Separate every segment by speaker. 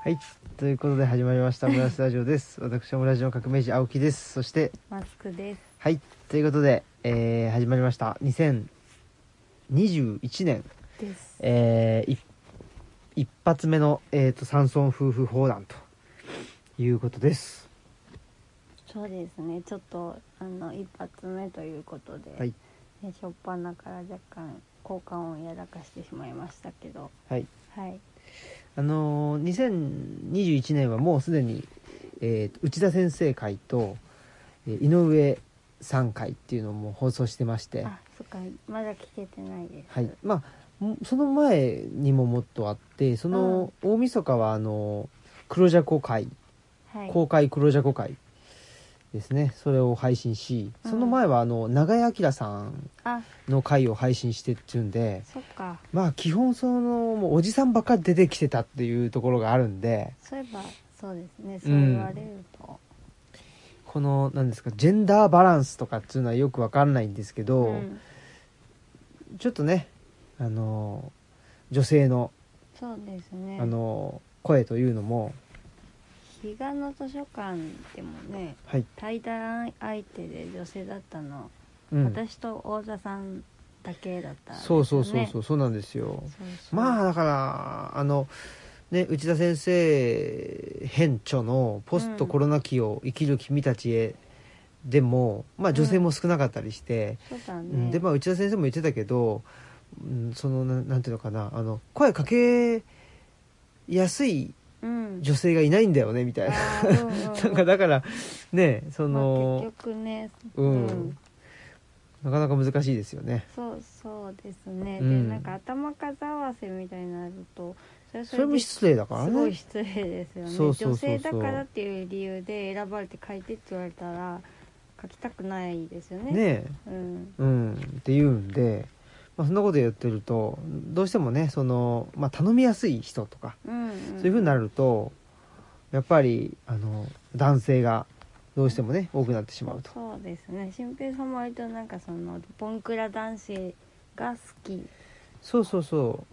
Speaker 1: はい。ということで始まりました、オムライスラジオです。私、オムラジの革命児、青木です。そして、
Speaker 2: マスクです。
Speaker 1: はい。ということで、えー、始まりました。2021年、
Speaker 2: です。
Speaker 1: えー、い一発目の、えー、と、山村夫婦砲弾ということです。
Speaker 2: そうですね。ちょっとあの一発目ということで、
Speaker 1: はい。
Speaker 2: ね、初っ端から若干交換をやらかしてしまいましたけど、
Speaker 1: はい。
Speaker 2: はい。
Speaker 1: あのー、2021年はもうすでに、えーと内田先生会と、えー井上さん会っていうのも放送してまして、
Speaker 2: あ、そっか。まだ聞けてないです。
Speaker 1: はい、まあもその前にももっとあってその大晦日はあの黒ジャコ会
Speaker 2: はい。
Speaker 1: 公開黒ジャコ会ですねそれを配信し
Speaker 2: うん
Speaker 1: その前はあの永井明さん
Speaker 2: あ、
Speaker 1: の回を配信してっていうんで
Speaker 2: そっか。
Speaker 1: まあ基本そのもうおじさんばっかり出てきてたっていうところがあるんで
Speaker 2: そういえばそうですね。そう言われると、
Speaker 1: この何ですかジェンダーバランスとかっていうのはよくわかんないんですけ
Speaker 2: う
Speaker 1: ど、
Speaker 2: ん
Speaker 1: ちょっとねあの女性の
Speaker 2: そうですね。
Speaker 1: あの声というのも
Speaker 2: 彼岸の図書館でもね、
Speaker 1: はい、
Speaker 2: 対談相手で女性だったの、
Speaker 1: うん、
Speaker 2: 私と大田さんだけだったんです
Speaker 1: そ
Speaker 2: よ
Speaker 1: う
Speaker 2: ね。
Speaker 1: そうそうそうそうなんですよ
Speaker 2: そうそう
Speaker 1: まあだからあのね内田先生編著の「ポストコロナ期を生きる君たちへ」でも、まあ女性も少なかったりして、
Speaker 2: そうだ
Speaker 1: うん
Speaker 2: ね。
Speaker 1: でまあ内田先生も言ってたけど、うん、そのななんていうのかなあの声かけやすい
Speaker 2: うん。
Speaker 1: 女性がいないんだよねみたいな。
Speaker 2: あーうんうんうん
Speaker 1: なんかだからねそ
Speaker 2: まあ
Speaker 1: の、
Speaker 2: 結局ね、
Speaker 1: うん
Speaker 2: うん
Speaker 1: なかなか難しいですよね。
Speaker 2: そうそうですね。
Speaker 1: うん
Speaker 2: でなんか頭数合わせみたいになると、それ
Speaker 1: それも失礼だから
Speaker 2: すごい
Speaker 1: ね。
Speaker 2: 失礼ですよね
Speaker 1: そうそうそうそう
Speaker 2: 女性だからっていう理由で選ばれて書いてって言われたら書きたくないですよね。
Speaker 1: ねえ
Speaker 2: うん。
Speaker 1: うん、っていうんで、まあ、そんなことやってるとどうしてもねその、まあ、頼みやすい人とか
Speaker 2: うん、うん。
Speaker 1: そういうふうになるとやっぱりあの男性がどうしてもね多くなってしまうと。
Speaker 2: そうですね。新平さんも割となんかそのボンクラ男子が好き。
Speaker 1: そうそうそう好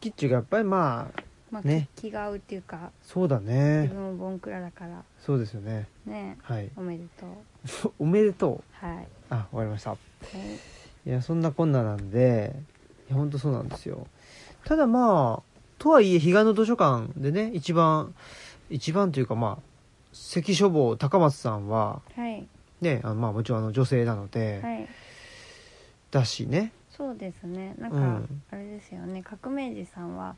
Speaker 1: きっていうかやっぱりまあ
Speaker 2: まあ、
Speaker 1: ね
Speaker 2: 気が合うっていうか、
Speaker 1: そうだ
Speaker 2: 自
Speaker 1: ね
Speaker 2: 分もボンクラだから。
Speaker 1: そうですよね
Speaker 2: ね
Speaker 1: はい
Speaker 2: おめでとう。
Speaker 1: おめでとう
Speaker 2: はい。
Speaker 1: あわかりました
Speaker 2: はい
Speaker 1: いやそんなこんななんでいや本当そうなんですよただまあとはいえ彼岸の図書館でね一番一番というかまあ関書房高松さんは
Speaker 2: はい、
Speaker 1: ねあのまあもちろんあの女性なので、
Speaker 2: はい、
Speaker 1: だしね
Speaker 2: そうですねなん
Speaker 1: う
Speaker 2: か
Speaker 1: ん
Speaker 2: あれですよね、革命児さんは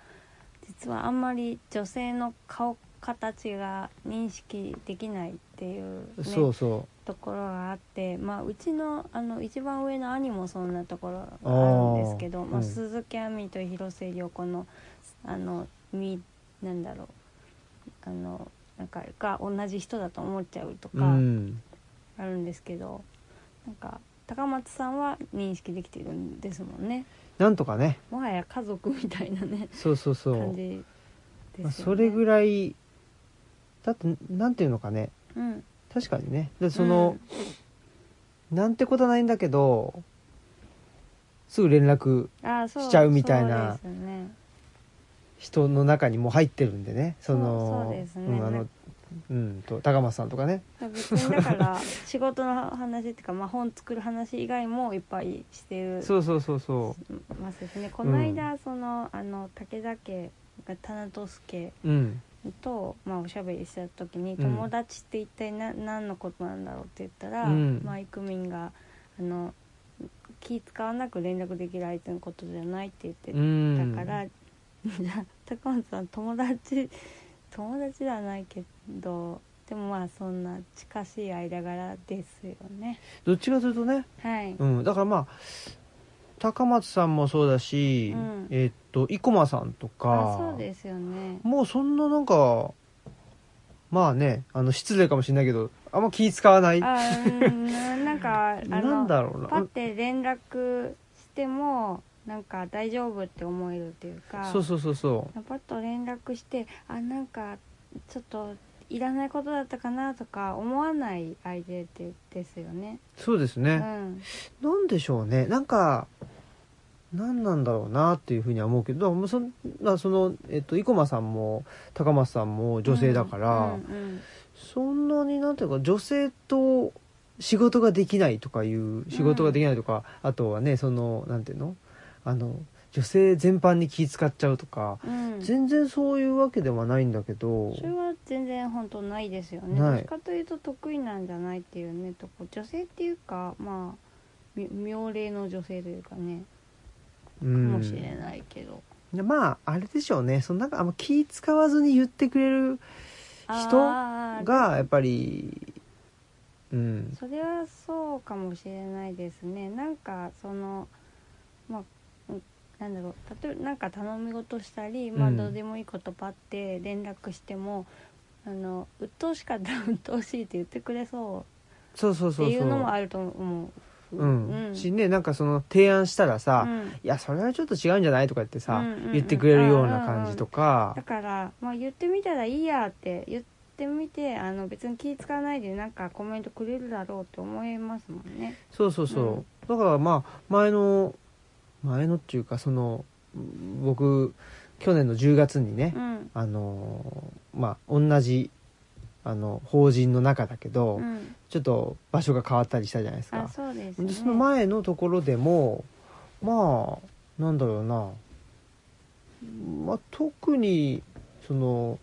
Speaker 2: 実はあんまり女性の顔形が認識できないっていう、ね、
Speaker 1: そうそ
Speaker 2: ところがあって、まあ、うちのあの一番上の兄もそんなところがあるんですけど
Speaker 1: あー
Speaker 2: まあ、
Speaker 1: うん
Speaker 2: 鈴木亜美と広末涼子のあのみなんだろうあのなんかが同じ人だと思っちゃうと
Speaker 1: う
Speaker 2: か。
Speaker 1: うん
Speaker 2: あるんですけどなんか高松さんは認識できてるんですもんね
Speaker 1: なんとかね
Speaker 2: もはや家族みたいなね
Speaker 1: そうそうそう、
Speaker 2: 感じですよね、
Speaker 1: まあ、それぐらいだってなんていうのかね
Speaker 2: うん
Speaker 1: 確かにねでその、、なんてことはないんだけどすぐ連絡
Speaker 2: うんあーそう
Speaker 1: しちゃうみたいな
Speaker 2: そうですね
Speaker 1: 人の中にも入ってるんでねその
Speaker 2: そうそうですね
Speaker 1: んあのうんと高松さんとかね
Speaker 2: 別にだから仕事の 話っていうか、まあ、本作る話以外もいっぱいしてる
Speaker 1: そうそうそうそ
Speaker 2: ますですねこの間、そのあの武田家が棚戸助
Speaker 1: ううん
Speaker 2: と、まあ、おしゃべりした時に「
Speaker 1: ん
Speaker 2: 友達って一体な、何のことなんだろう?」って言ったら、
Speaker 1: うん
Speaker 2: まあ、イクミンがあの気使わなく連絡できる相手のことじゃないって
Speaker 1: う
Speaker 2: 言って
Speaker 1: ん
Speaker 2: たから、じゃあ高松さん友達友達ではないけどでもまあそんな近しい間柄ですよね。
Speaker 1: どっちかというとね、
Speaker 2: はい、
Speaker 1: うん、だからまあ高松さんもそうだし、
Speaker 2: うん
Speaker 1: えっと生駒さんと
Speaker 2: あ
Speaker 1: か
Speaker 2: そうですよね。
Speaker 1: もうそんななんかまあねあの失礼かもしれないけどあんま気使わない
Speaker 2: あうんなんかあ の
Speaker 1: なんだろう
Speaker 2: パっ
Speaker 1: な
Speaker 2: て連絡してもなんか大丈夫って思えるっていうか
Speaker 1: そうそうそうそ
Speaker 2: パッと連絡してあなんかちょっといらないことだったかなとか思わない相手ってですよね。
Speaker 1: うそうです
Speaker 2: う
Speaker 1: ね、
Speaker 2: ん、
Speaker 1: なんでしょうねなんか何なんだろうなっていうふうには思うけどもうそんなその、えっと、生駒さんも高松さんも女性だから、
Speaker 2: うんうん
Speaker 1: そんなになんていうか女性と仕事ができないとかいう仕事ができないとか、あとはねそのなんていうのあの女性全般に気使っちゃうとか、
Speaker 2: うんうん
Speaker 1: 全然そういうわけではないんだけど
Speaker 2: それは全然本当ないですよね
Speaker 1: ない
Speaker 2: どっちかというと得意なんじゃないっていうねとこ女性っていうかまあみ妙齢の女性というかね
Speaker 1: う
Speaker 2: か
Speaker 1: ん
Speaker 2: もしれないけど、
Speaker 1: でまああれでしょうねそのなんかあんま気使わずに言ってくれる人
Speaker 2: あー
Speaker 1: がやっぱりうん
Speaker 2: それはそうかもしれないですねなんかそのまあうんなんだろう例えばなんか頼み事したり、まあ、
Speaker 1: うん
Speaker 2: どうでもいいことパって連絡しても、あの鬱陶しかったら 鬱陶しいって言ってくれそ
Speaker 1: そうそう
Speaker 2: うって
Speaker 1: そう
Speaker 2: い
Speaker 1: そうう
Speaker 2: のもあると思う
Speaker 1: うん、
Speaker 2: うん
Speaker 1: しねなんかその提案したらさ、
Speaker 2: うん
Speaker 1: いやそれはちょっと違うんじゃないとか言ってさ、
Speaker 2: うんうんうん
Speaker 1: 言ってくれるような感じとか
Speaker 2: だ、から、まあ、言ってみたらいいやって言ってみてあの別に気使わないでなんかコメントくれるだろうって思いますもん ね。
Speaker 1: そうそうそう、だからまあ前の前のっていうかその僕去年の10月にね
Speaker 2: う、ん、
Speaker 1: あのまあ同じあの法人の中だけど、
Speaker 2: うん、
Speaker 1: ちょっと場所が変わったりしたじゃないです
Speaker 2: あ
Speaker 1: か
Speaker 2: そうですね。
Speaker 1: でその前のところでもまあなんだろうな、まあ、特にその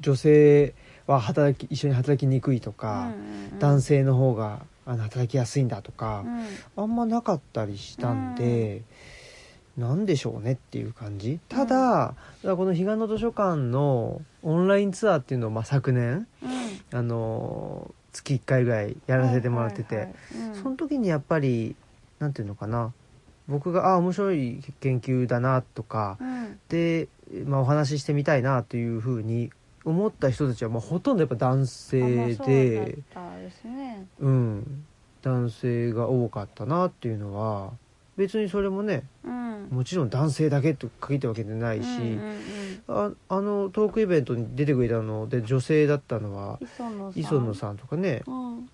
Speaker 1: 女性は働き一緒に働きにくいとか、男
Speaker 2: ス
Speaker 1: 性の方があの働きやすいんだとか、あんまなかったりしたんで、なんでしょうねっていう感じただ,、だからこの彼岸の図書館のオンラインツアーっていうのを、まあ、昨年あの月1回ぐらいやらせてもらってて。その時にやっぱりなんていうのかな僕がああ面白い研究だなとかで、まあ、お話ししてみたいなというふうに思った人たちはもうほとんどやっぱ男性で、
Speaker 2: ですね
Speaker 1: うん、男性が多かったなっていうのは別にそれもね
Speaker 2: うん
Speaker 1: もちろん男性だけと限ったわけじゃないし、
Speaker 2: うんうんうん
Speaker 1: ああのトークイベントに出てくれたので女性だったのは
Speaker 2: 磯野さん
Speaker 1: 磯野さんとかね
Speaker 2: うん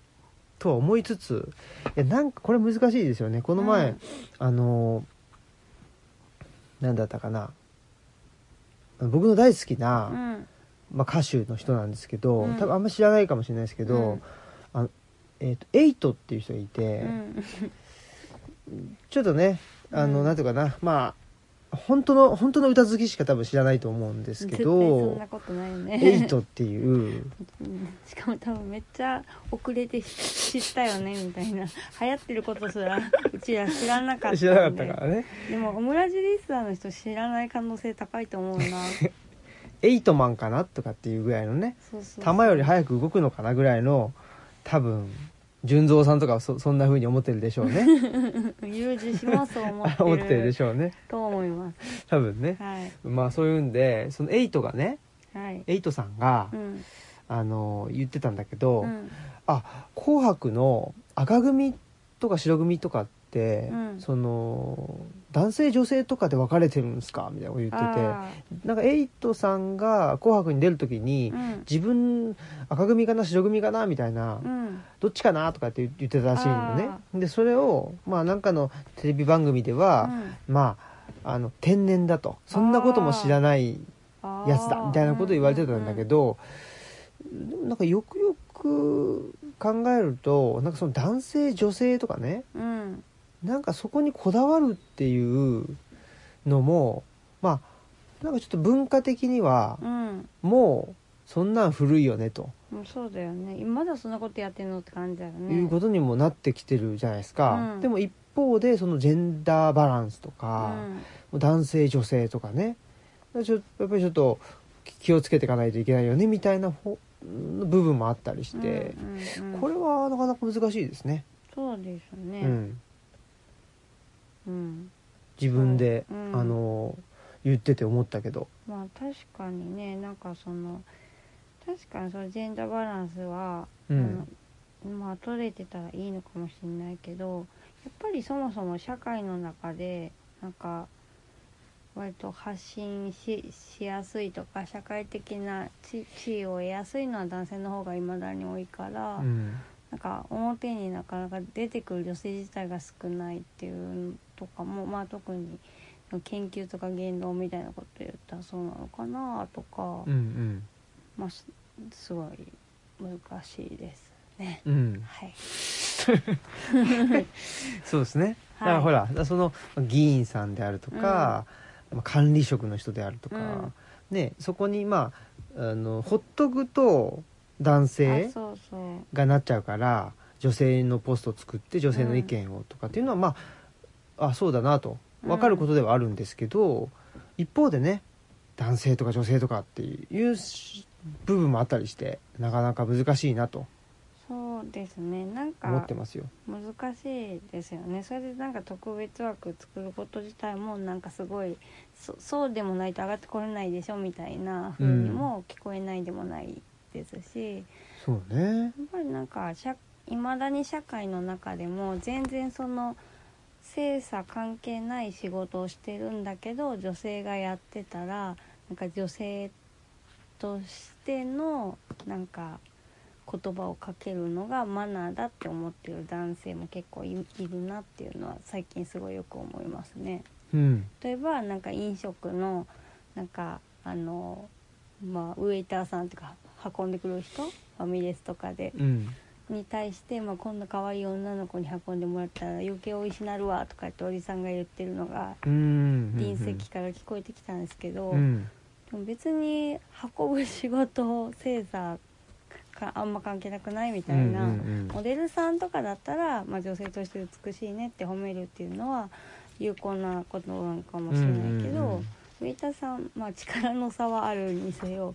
Speaker 1: とは思いつついやなんかこれ難しいですよねこの前、
Speaker 2: うん
Speaker 1: あのなんだったかなあの僕の大好きな、
Speaker 2: うん
Speaker 1: まあ、歌手の人なんですけど、
Speaker 2: うん
Speaker 1: 多分あんま知らないかもしれないですけど、
Speaker 2: うん
Speaker 1: あのえっとエイトっていう人がいて、
Speaker 2: うん
Speaker 1: ちょっとねあの、
Speaker 2: うん
Speaker 1: なんていうかなまあ本当の本当の歌好きしか多分知らないと思うんですけ
Speaker 2: 絶対そん
Speaker 1: ど
Speaker 2: なことないよね
Speaker 1: エイトって いう
Speaker 2: うんしかも多分めっちゃ遅れて知ったよねみたいな流行ってることすらうちら知らなかったんで
Speaker 1: 知らなかったからね
Speaker 2: でもオムラジリスナーの人知らない可能性高いと思うな
Speaker 1: エイトマンかなとかっていうぐらいのね
Speaker 2: そうそう
Speaker 1: 球より早く動くのかなぐらいの多分純三さんとかはそそんな風に思ってるでしょうね
Speaker 2: 有事します 思ってる
Speaker 1: 思ってるでしょうね
Speaker 2: と思います
Speaker 1: 多分ね
Speaker 2: はい
Speaker 1: まあそういうんでそのエイトがね
Speaker 2: はい
Speaker 1: エイトさんが、
Speaker 2: うん
Speaker 1: あの言ってたんだけど「
Speaker 2: うん
Speaker 1: あ紅白」の赤組とか白組とかって、
Speaker 2: うん
Speaker 1: その男性女性とかで分かれてるんですかみたいなこと言って
Speaker 2: あ
Speaker 1: てなんかエイトさんが「紅白」に出る時に、
Speaker 2: ーうん
Speaker 1: 自分赤組かな白組かなみたいな、
Speaker 2: うん
Speaker 1: どっちかなとかって言ってたらしいのねでそれをまあなんかのテレビ番組では、まああの天然だとそんなことも知らない
Speaker 2: うん
Speaker 1: やつだみたいなこと言われてたんだけ、ど、でもなんかよくよく考えるとなんかその男性女性とかね
Speaker 2: あーうんうん
Speaker 1: なんかそこにこだわるっていうのもまあなんかちょっと文化的には
Speaker 2: うんうん
Speaker 1: もうそんなん古いよねと
Speaker 2: もうそうだよねまだそんなことやってんのって感じだよね
Speaker 1: いうことにもなってきてるじゃないですか、
Speaker 2: うん
Speaker 1: でも一方でそのジェンダーバランスと
Speaker 2: う
Speaker 1: か、
Speaker 2: ん
Speaker 1: 男性女性とかねちょやっぱりちょっと気をつけていかないといけないよねみたいなほ部分もあったりして、
Speaker 2: うんうんうん
Speaker 1: これはなかなか難しいですね、
Speaker 2: そうですね、
Speaker 1: うん、
Speaker 2: うん
Speaker 1: 自分で、
Speaker 2: そううん
Speaker 1: あの言ってて思ったけど、
Speaker 2: まあ確かにねなんかその確かにそのジェンダーバランスは、
Speaker 1: うん
Speaker 2: あのまあ取れてたらいいのかもしれないけどやっぱりそもそも社会の中でなんか割と発信ししやすいとか社会的な地地位を得やすいのは男性の方がいまだに多いから、
Speaker 1: うん
Speaker 2: なんか表になかなか出てくる女性自体が少ないっていうのとかもまあ特に研究とか言動みたいなこと言ったらそうなのかなとか、
Speaker 1: うん
Speaker 2: まあすすごい難しいですね。
Speaker 1: うんうん
Speaker 2: はい、
Speaker 1: そうですねだ
Speaker 2: はい
Speaker 1: からほら、その議員さんであるとか、まあ管理職の人であるとか、ねそこにまああのほっとくと男
Speaker 2: あ
Speaker 1: 性
Speaker 2: そうそう
Speaker 1: がなっちゃうから女性のポストを作って女性の意見をとかっていうのは、まああそうだなと分かることではあるんですけど、一方でね男性とか女性とかっていうし部分もあったりしてなかなか難しいなと
Speaker 2: そうですねなんか
Speaker 1: 思ってますよ。
Speaker 2: 難しいですよねそれでなんか特別枠作ること自体もなんかすごいそそうでもないと上がってこれないでしょみたいな風にも聞こえないでもないですし、
Speaker 1: そうね
Speaker 2: やっぱりなんかいまだに社会の中でも全然その性差関係ない仕事をしてるんだけど女性がやってたらなんか女性としてのなんか言葉をかけるのがマナーだって思ってる男性も結構いいるなっていうのは最近すごいよく思いますね。
Speaker 1: うん
Speaker 2: 例えばなんか飲食のなんかあのまあウェイターさんとか運んでくる人ファミレスとかで
Speaker 1: うん
Speaker 2: に対して、まあ、こんな可愛い女の子に運んでもらったら余計美味しなるわとかっておじさんが言ってるのが
Speaker 1: うん
Speaker 2: 隣席から聞こえてきたんですけど、
Speaker 1: うん
Speaker 2: でも別に運ぶ仕事を精査かあんま関係なくないみたいな、
Speaker 1: うんうんうん
Speaker 2: モデルさんとかだったら、まあ、女性として美しいねって褒めるっていうのは有効なことなのかもしれないけど、
Speaker 1: うんうんうん
Speaker 2: ウェイターさん、まあ、力の差はあるにせよ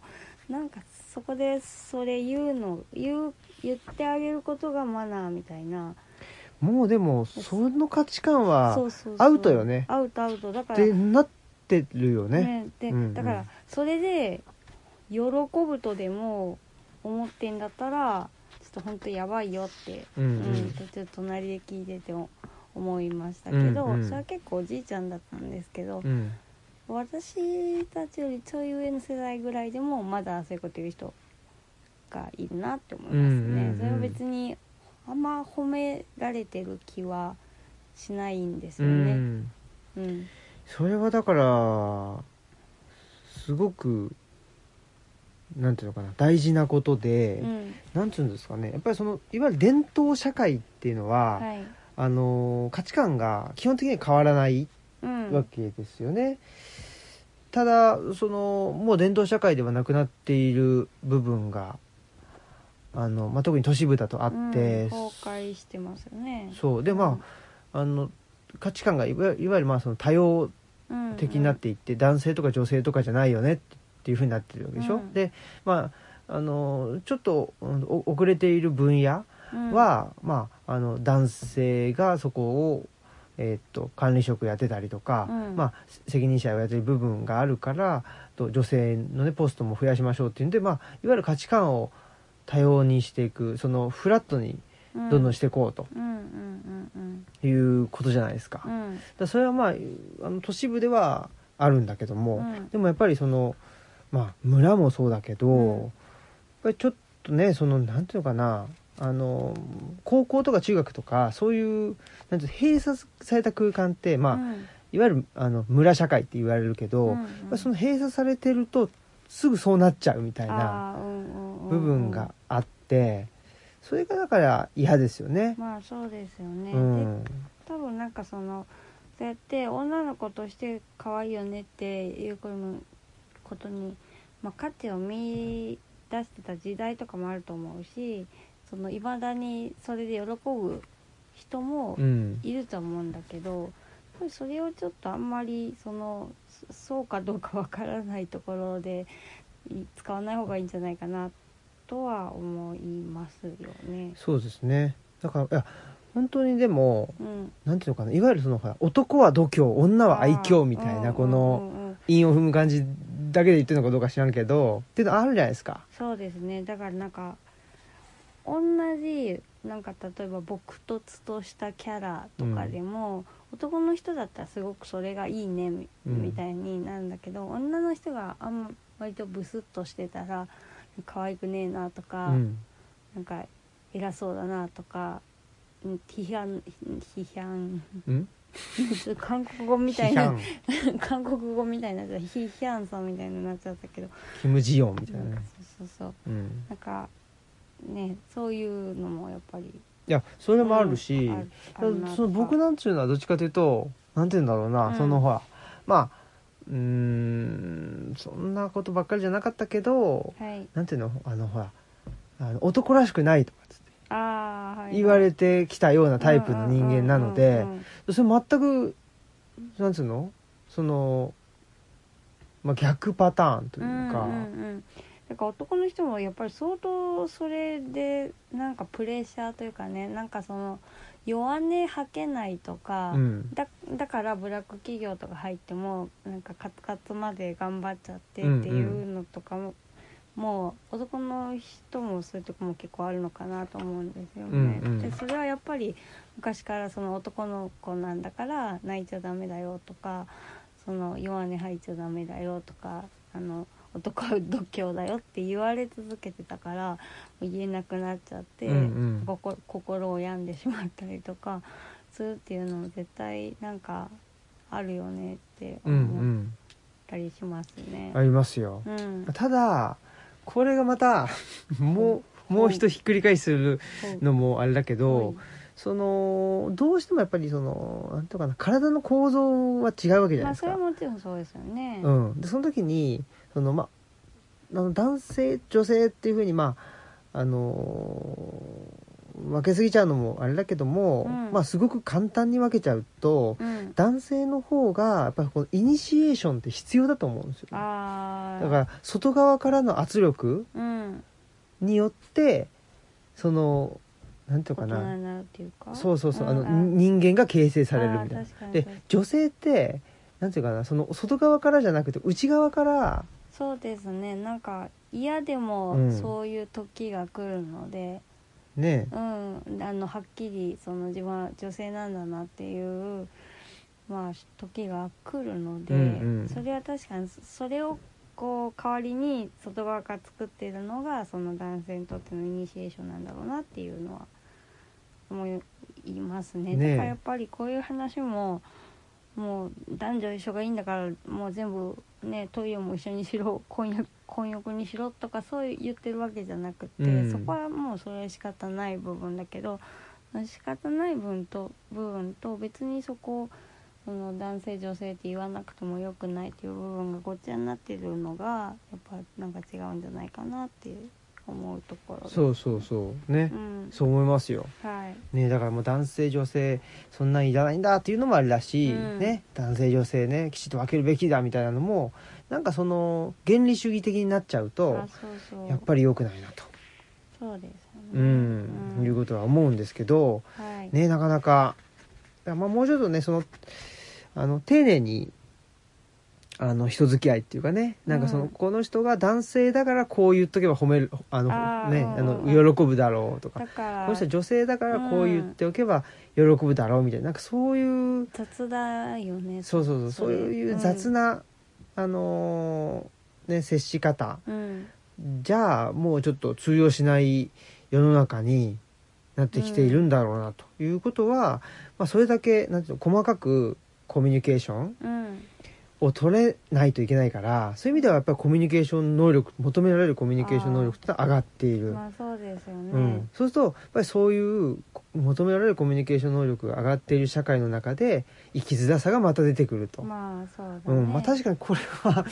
Speaker 2: なんかそこでそれ言うの言う言ってあげることがマナーみたいな
Speaker 1: もうでもその価値観は
Speaker 2: そうそうそ
Speaker 1: ア
Speaker 2: う
Speaker 1: ウトよね
Speaker 2: アウトアウトだか
Speaker 1: っ
Speaker 2: ら
Speaker 1: てなってるよね
Speaker 2: ねで
Speaker 1: うんうん
Speaker 2: だからそれで喜ぶとでも思ってんだったらちょっと本当やばいよって、
Speaker 1: うんうん
Speaker 2: とちょっと隣で聞いてても思いましたけど、
Speaker 1: うんうん
Speaker 2: それは結構おじいちゃんだったんですけど、
Speaker 1: うん
Speaker 2: 私たちよりちょい上の世代ぐらいでもまだそういうこと言う人がいるなって思いますね、
Speaker 1: うんうんうん
Speaker 2: それは別にあんま褒められてる気はしないんです
Speaker 1: う
Speaker 2: よね。
Speaker 1: ん
Speaker 2: うん
Speaker 1: それはだからすごくなんていうのかな大事なことで、
Speaker 2: うん
Speaker 1: なんていうんですかねやっぱりそのいわゆる伝統社会っていうのは、
Speaker 2: はい
Speaker 1: あの価値観が基本的には変わらない
Speaker 2: うん
Speaker 1: わけですよね。ただそのもう伝統社会ではなくなっている部分があの、まあ、特に都市部だとあって、
Speaker 2: うん崩壊してますよね
Speaker 1: そうでまああの価値観がいわいわゆるまあその多様
Speaker 2: うん
Speaker 1: 的になっていって、男性とか女性とかじゃないよねっていうふうになってるわけでしょ。
Speaker 2: うん
Speaker 1: でまああのちょっとうんお遅れている分野は、まあ、あの男性がそこを、えーっと管理職やってたりとか、
Speaker 2: うん
Speaker 1: まあ、せ責任者をやってる部分があるからと女性の、ね、ポストも増やしましょうっていうんで、まあ、いわゆる価値観を多様にしていくそのフラットに
Speaker 2: うん
Speaker 1: どんどんしていこうと
Speaker 2: うんうんうん
Speaker 1: いうことじゃないですか。
Speaker 2: うんうん
Speaker 1: だからそれはまああの都市部ではあるんだけども、
Speaker 2: うん
Speaker 1: でもやっぱりその、まあ、村もそうだけど、
Speaker 2: うん
Speaker 1: やっぱりちょっとねそのなんていうのかなあの高校とか中学とかそういうなんていうの閉鎖された空間って、まあ
Speaker 2: うん
Speaker 1: いわゆるあの村社会って言われるけど、
Speaker 2: うん
Speaker 1: やっ
Speaker 2: うん
Speaker 1: ぱりその閉鎖されてるとすぐそうなっちゃうみたいな
Speaker 2: あーうんうんうん
Speaker 1: 部分があってそれがだから嫌ですよね。
Speaker 2: まあそうですよね、
Speaker 1: う
Speaker 2: で
Speaker 1: ん、
Speaker 2: 多分なんかそのそうやって女の子として可愛いよねっていうことに、まあ、価値を見出してた時代とかもあると思うしそのいまだにそれで喜ぶ人も
Speaker 1: うん
Speaker 2: いると思うんだけどやっぱりそれをちょっとあんまりそのそそうかどうかわからないところでい使わない方がいいんじゃないかなとは思いますよね。
Speaker 1: そうですねだからいや本当にでも
Speaker 2: うん、
Speaker 1: なんていうのかないわゆるそのほら男は度胸女は愛嬌みたい
Speaker 2: あー
Speaker 1: なこ
Speaker 2: う
Speaker 1: の
Speaker 2: んうんうん
Speaker 1: 韻を踏む感じだけで言ってるのかどうか知らんけどっていうのあるじゃないですか。
Speaker 2: そうですねだからなんか同じなんか例えば朴突としたキャラとかでも、男の人だったらすごくそれがいいねみ,、
Speaker 1: うん
Speaker 2: たいになるんだけど女の人があんま割とブスッとしてたら可愛くねえなと
Speaker 1: う
Speaker 2: か、
Speaker 1: ん
Speaker 2: なんかえ偉そうだなとかうん批判批判
Speaker 1: うん
Speaker 2: ちょっと韓国語みたい
Speaker 1: 批
Speaker 2: な
Speaker 1: 判
Speaker 2: 韓国語みたいになっちゃった批判さんみたいになっちゃったけど
Speaker 1: キム・ジヨンみたい
Speaker 2: なん
Speaker 1: な
Speaker 2: か
Speaker 1: ね
Speaker 2: そうそう
Speaker 1: う
Speaker 2: そう
Speaker 1: ん
Speaker 2: なんかねそういうのもやっぱり
Speaker 1: いやそれもあるし、
Speaker 2: うんあるあ
Speaker 1: ただ
Speaker 2: るなとか
Speaker 1: その僕なんていうのはどっちかというとなんて言うんだろうな、
Speaker 2: うん
Speaker 1: そのほらまあうーんそんなことばっかりじゃなかったけど
Speaker 2: はい
Speaker 1: なんていうのあのほらあの男らしくないとかつって
Speaker 2: あーはい
Speaker 1: 言われてきたようなタイプの人間なの
Speaker 2: う
Speaker 1: で
Speaker 2: んうんうんうん
Speaker 1: それ全くなんていうのその、まあ、逆パターンというか、
Speaker 2: うんうんうんだから男の人もやっぱり相当それでなんかプレッシャーというかねなんかその弱音吐けないとか、
Speaker 1: うん
Speaker 2: だだからブラック企業とか入ってもなんかカツカツまで頑張っちゃってっ
Speaker 1: うんうん
Speaker 2: ていうのとかも、もう男の人もそういうとこも結構あるのかなと思うんですよね。
Speaker 1: うんうん
Speaker 2: でそれはやっぱり昔からその男の子なんだから泣いちゃダメだよとかその弱音吐いちゃダメだよとかあの男は度胸だよって言われ続けてたからもう言えなくなっちゃって。
Speaker 1: うんうん
Speaker 2: ここ心を病んでしまったりとかするっていうのも絶対なんかあるよねって
Speaker 1: うんう
Speaker 2: 思っ
Speaker 1: ん
Speaker 2: たりしますね。
Speaker 1: ありますよ、
Speaker 2: うん
Speaker 1: ただこれがまた もうもう一ひっくり返するのもあれだけど、
Speaker 2: こう
Speaker 1: そのどうしてもやっぱりそのなんていうのかな体の構造は違うわけじゃな
Speaker 2: ま
Speaker 1: い
Speaker 2: あ
Speaker 1: ですか。
Speaker 2: それはもちろんそうですよね。
Speaker 1: うん、でその時にその、ま、あの男性女性っていうふうに、まああのー分けすぎちゃうのもあれだけども、
Speaker 2: うん
Speaker 1: まあ、すごく簡単に分けちゃうと
Speaker 2: うん
Speaker 1: 男性の方がやっぱりこのイニシエーションって必要だと思うんですよ、ね。
Speaker 2: あー
Speaker 1: だから外側からの圧力
Speaker 2: うん、
Speaker 1: によってそのなんていう
Speaker 2: 大
Speaker 1: か
Speaker 2: 人
Speaker 1: な
Speaker 2: になるっていうか
Speaker 1: そうそうそう、
Speaker 2: ん
Speaker 1: あの人間が形成されるみたいな
Speaker 2: あー確かに
Speaker 1: で
Speaker 2: 確かに
Speaker 1: 女性ってなんていうかなその外側からじゃなくて内側から
Speaker 2: そうですねなんか嫌で
Speaker 1: う
Speaker 2: も
Speaker 1: ん
Speaker 2: そういう時が来るので、
Speaker 1: ね
Speaker 2: うん、あのはっきりその自分は女性なんだなっていう、まあ、時が来るので、
Speaker 1: うんうん
Speaker 2: それは確かにそそれをこう代わりに外側から作っているのがその男性にとってのイニシエーションなんだろうなっていうのは思いますね。
Speaker 1: ねえ
Speaker 2: だからやっぱりこういう話ももう男女一緒がいいんだからもう全部ねトイレも一緒にしろ婚約婚約にしろとかそう言ってるわけじゃなくて、
Speaker 1: うん
Speaker 2: そこはもうそれは仕方ない部分だけど仕方ない分と部分と別にそこをその男性女性って言わなくてもよくないっていう部分がごっちゃになってるのがやっぱなんか違うんじゃないかなっていう思うところです
Speaker 1: そうそうそうね、
Speaker 2: うん
Speaker 1: そう思いますよ。
Speaker 2: はい
Speaker 1: ね、だからもう男性女性そんなんいらないんだっていうのもあれだし、
Speaker 2: うん
Speaker 1: ね、男性女性ねきちっと分けるべきだみたいなのもなんかその原理主義的になっちゃう
Speaker 2: あ
Speaker 1: と
Speaker 2: そうそう
Speaker 1: やっぱり良くないなと、
Speaker 2: そうですよね
Speaker 1: うん
Speaker 2: うん
Speaker 1: いうことは思うんですけど、
Speaker 2: はい、
Speaker 1: ね、なかなか、まあ、もうちょっとねそのあの丁寧にあの人付き合いっていうかねなんかその、
Speaker 2: うん
Speaker 1: この人が男性だからこう言っとけば褒めるあの
Speaker 2: あー
Speaker 1: ね
Speaker 2: うん
Speaker 1: あの
Speaker 2: うん
Speaker 1: 喜ぶだろうとか
Speaker 2: だから
Speaker 1: この人は女性だからこう言っておけば喜ぶだろうみたいななんかそういう
Speaker 2: 雑だよね
Speaker 1: そうそうそう
Speaker 2: そ
Speaker 1: そうう
Speaker 2: ね
Speaker 1: いう雑な、あのーね接し方
Speaker 2: うん
Speaker 1: じゃあもうちょっと通用しない世の中になってきているんだろうなということは、まあ、それだけなんていうの細かくコミュニケーション
Speaker 2: うん
Speaker 1: を取れないといけないからそういう意味ではやっぱりコミュニケーション能力求められるコミュニケーション能力ってのは上がっている、
Speaker 2: まあそうですよね、
Speaker 1: うん、そうするとやっぱりそういうこ求められるコミュニケーション能力が上がっている社会の中で生きづらさがまた出てくると、
Speaker 2: まあそうだ
Speaker 1: う
Speaker 2: ね、
Speaker 1: んまあ、確かにこれは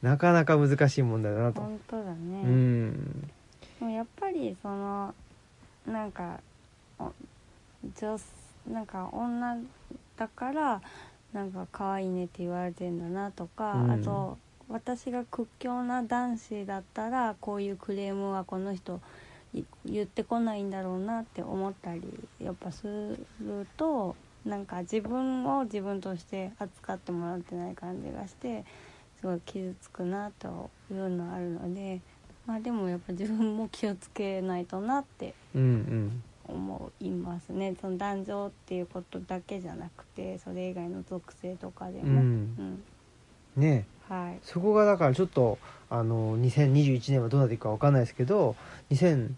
Speaker 1: なかなか難しい問題だなと。
Speaker 2: 本当だね、
Speaker 1: うん
Speaker 2: でもやっぱりそのなんかお女 s- なんか女だからなんか可愛いねって言われてんだなとか、
Speaker 1: うん
Speaker 2: あと私が屈強な男子だったらこういうクレームはこの人い言ってこないんだろうなって思ったりやっぱするとなんか自分を自分として扱ってもらってない感じがしてすごい傷つくなというのはあるのでまあでもやっぱ自分も気をつけないとなって
Speaker 1: うんうん
Speaker 2: 思いますねその男女っていうことだけじゃなくてそれ以外の属性とかで
Speaker 1: うん
Speaker 2: も、うん
Speaker 1: ね
Speaker 2: はい
Speaker 1: そこがだからちょっとあの2021年はどうなっていくかわかんないですけど2021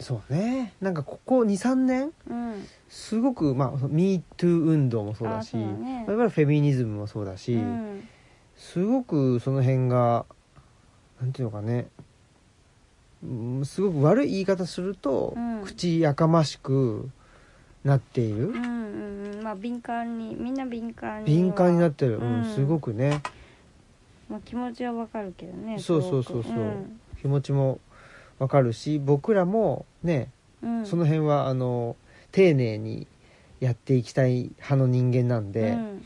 Speaker 1: そうねなんかここ23年
Speaker 2: うん
Speaker 1: すごくまあ「MeToo」運動もそうだし
Speaker 2: あそうだね
Speaker 1: 我々フェミニズムもそうだし、
Speaker 2: うん
Speaker 1: すごくその辺がなんていうのかねうんすごく悪い言い方すると、
Speaker 2: うん
Speaker 1: 口やかましくなっている
Speaker 2: うんうんうんまあ敏感にみんな敏感に
Speaker 1: 敏感になってる、う
Speaker 2: うん
Speaker 1: んすごくね
Speaker 2: まあ、気持ちはわかるけどね
Speaker 1: そうそうそうそう気持ちもわかるし僕らもね
Speaker 2: うん、
Speaker 1: その辺はあの丁寧にやっていきたい派の人間なんで、
Speaker 2: うん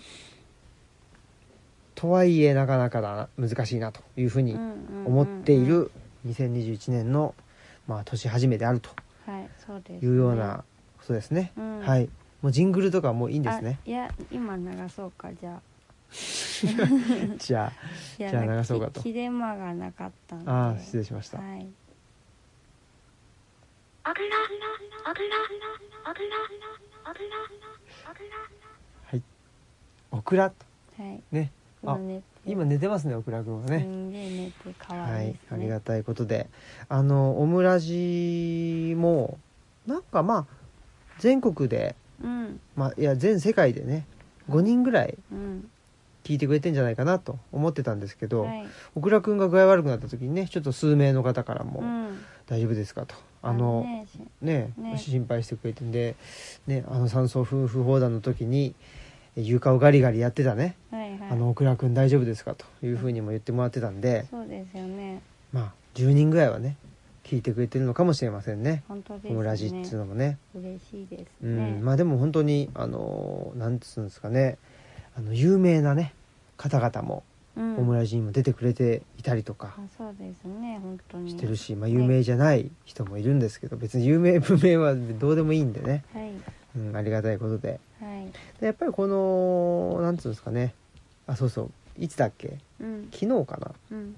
Speaker 1: とはいえなかなかだな難しいなというふうに思ってい、
Speaker 2: うんうんうん
Speaker 1: る2021年の、まあ、年初めであると
Speaker 2: うんはいそうですね、
Speaker 1: いうようなことですね。
Speaker 2: うん、
Speaker 1: はい、もうジングルとかもういいんですね。
Speaker 2: あいや今流そうかじゃあ
Speaker 1: じゃ
Speaker 2: いや
Speaker 1: じゃあ
Speaker 2: なん
Speaker 1: 流そうかと
Speaker 2: 切れ間がなかったんで
Speaker 1: あ、あー失礼しました。
Speaker 2: はい
Speaker 1: オクラ
Speaker 2: はい
Speaker 1: ね、あ
Speaker 2: 今寝て
Speaker 1: 今寝てますね、オクラ君は
Speaker 2: ね
Speaker 1: ね。
Speaker 2: 寝て可
Speaker 1: は
Speaker 2: 愛い
Speaker 1: い
Speaker 2: で、す
Speaker 1: あ
Speaker 2: ね、
Speaker 1: りがたいことで、あのオムラジもなんかまあ全国で、
Speaker 2: うん
Speaker 1: まあいや全世界でね、5人ぐらい
Speaker 2: うん
Speaker 1: 聞いてくれてんじゃないかなと思ってたんですけど、
Speaker 2: はい
Speaker 1: 小倉くんが具合悪くなった時にねちょっと数名の方から
Speaker 2: う
Speaker 1: も
Speaker 2: ん
Speaker 1: 「大丈夫ですか?」と。あの
Speaker 2: ねし
Speaker 1: ね
Speaker 2: ね
Speaker 1: 心配してくれてんで、ね、あの山荘夫婦砲弾の時に床をガリガリやってたね、
Speaker 2: はいはい
Speaker 1: あの小倉くん大丈夫ですかというふうにも言ってもらってたんで、
Speaker 2: そうですよね
Speaker 1: まあ10人ぐらいはね聞いてくれてるのかもしれませんね
Speaker 2: 本当です
Speaker 1: オ
Speaker 2: ね
Speaker 1: ムラジっつうのもね、
Speaker 2: 嬉しいです
Speaker 1: う
Speaker 2: ね、
Speaker 1: んまあでも本当にあのなんつうんですかねあの有名なね方々も
Speaker 2: うん
Speaker 1: オムラジにも出てくれていたりとか
Speaker 2: あそうですね本当に
Speaker 1: してるし、まあ、有名じゃない人もいるんですけど別に有名不明はどうでもいいんでね、
Speaker 2: はい
Speaker 1: うん、ありがたいことで
Speaker 2: はい
Speaker 1: でやっぱりこのなんつうんですかねあそうそういつだっけ
Speaker 2: うん
Speaker 1: 昨日かな
Speaker 2: うん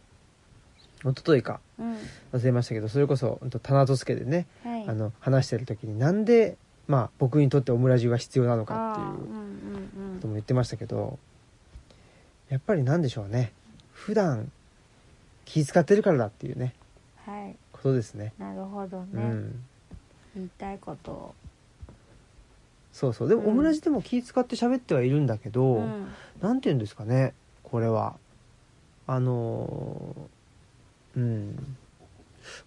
Speaker 1: 一昨日か
Speaker 2: うん
Speaker 1: 忘れましたけどそれこそうんと棚と助でね、
Speaker 2: はい
Speaker 1: あの話してる時になんで、まあ、僕にとってオムラジは必要なの
Speaker 2: あ
Speaker 1: か
Speaker 2: ー
Speaker 1: って
Speaker 2: う
Speaker 1: いうん
Speaker 2: うんうん
Speaker 1: ことも言ってましたけどやっぱりなんでしょうね普段気遣ってるからだっていうね
Speaker 2: はい
Speaker 1: ことですね。
Speaker 2: なるほどね、
Speaker 1: うん
Speaker 2: 言いたいことを
Speaker 1: そうそうでも
Speaker 2: うん
Speaker 1: オムラジでも気使って喋ってはいるんだけど、
Speaker 2: うん
Speaker 1: なんて言うんですかねこれはあのーうん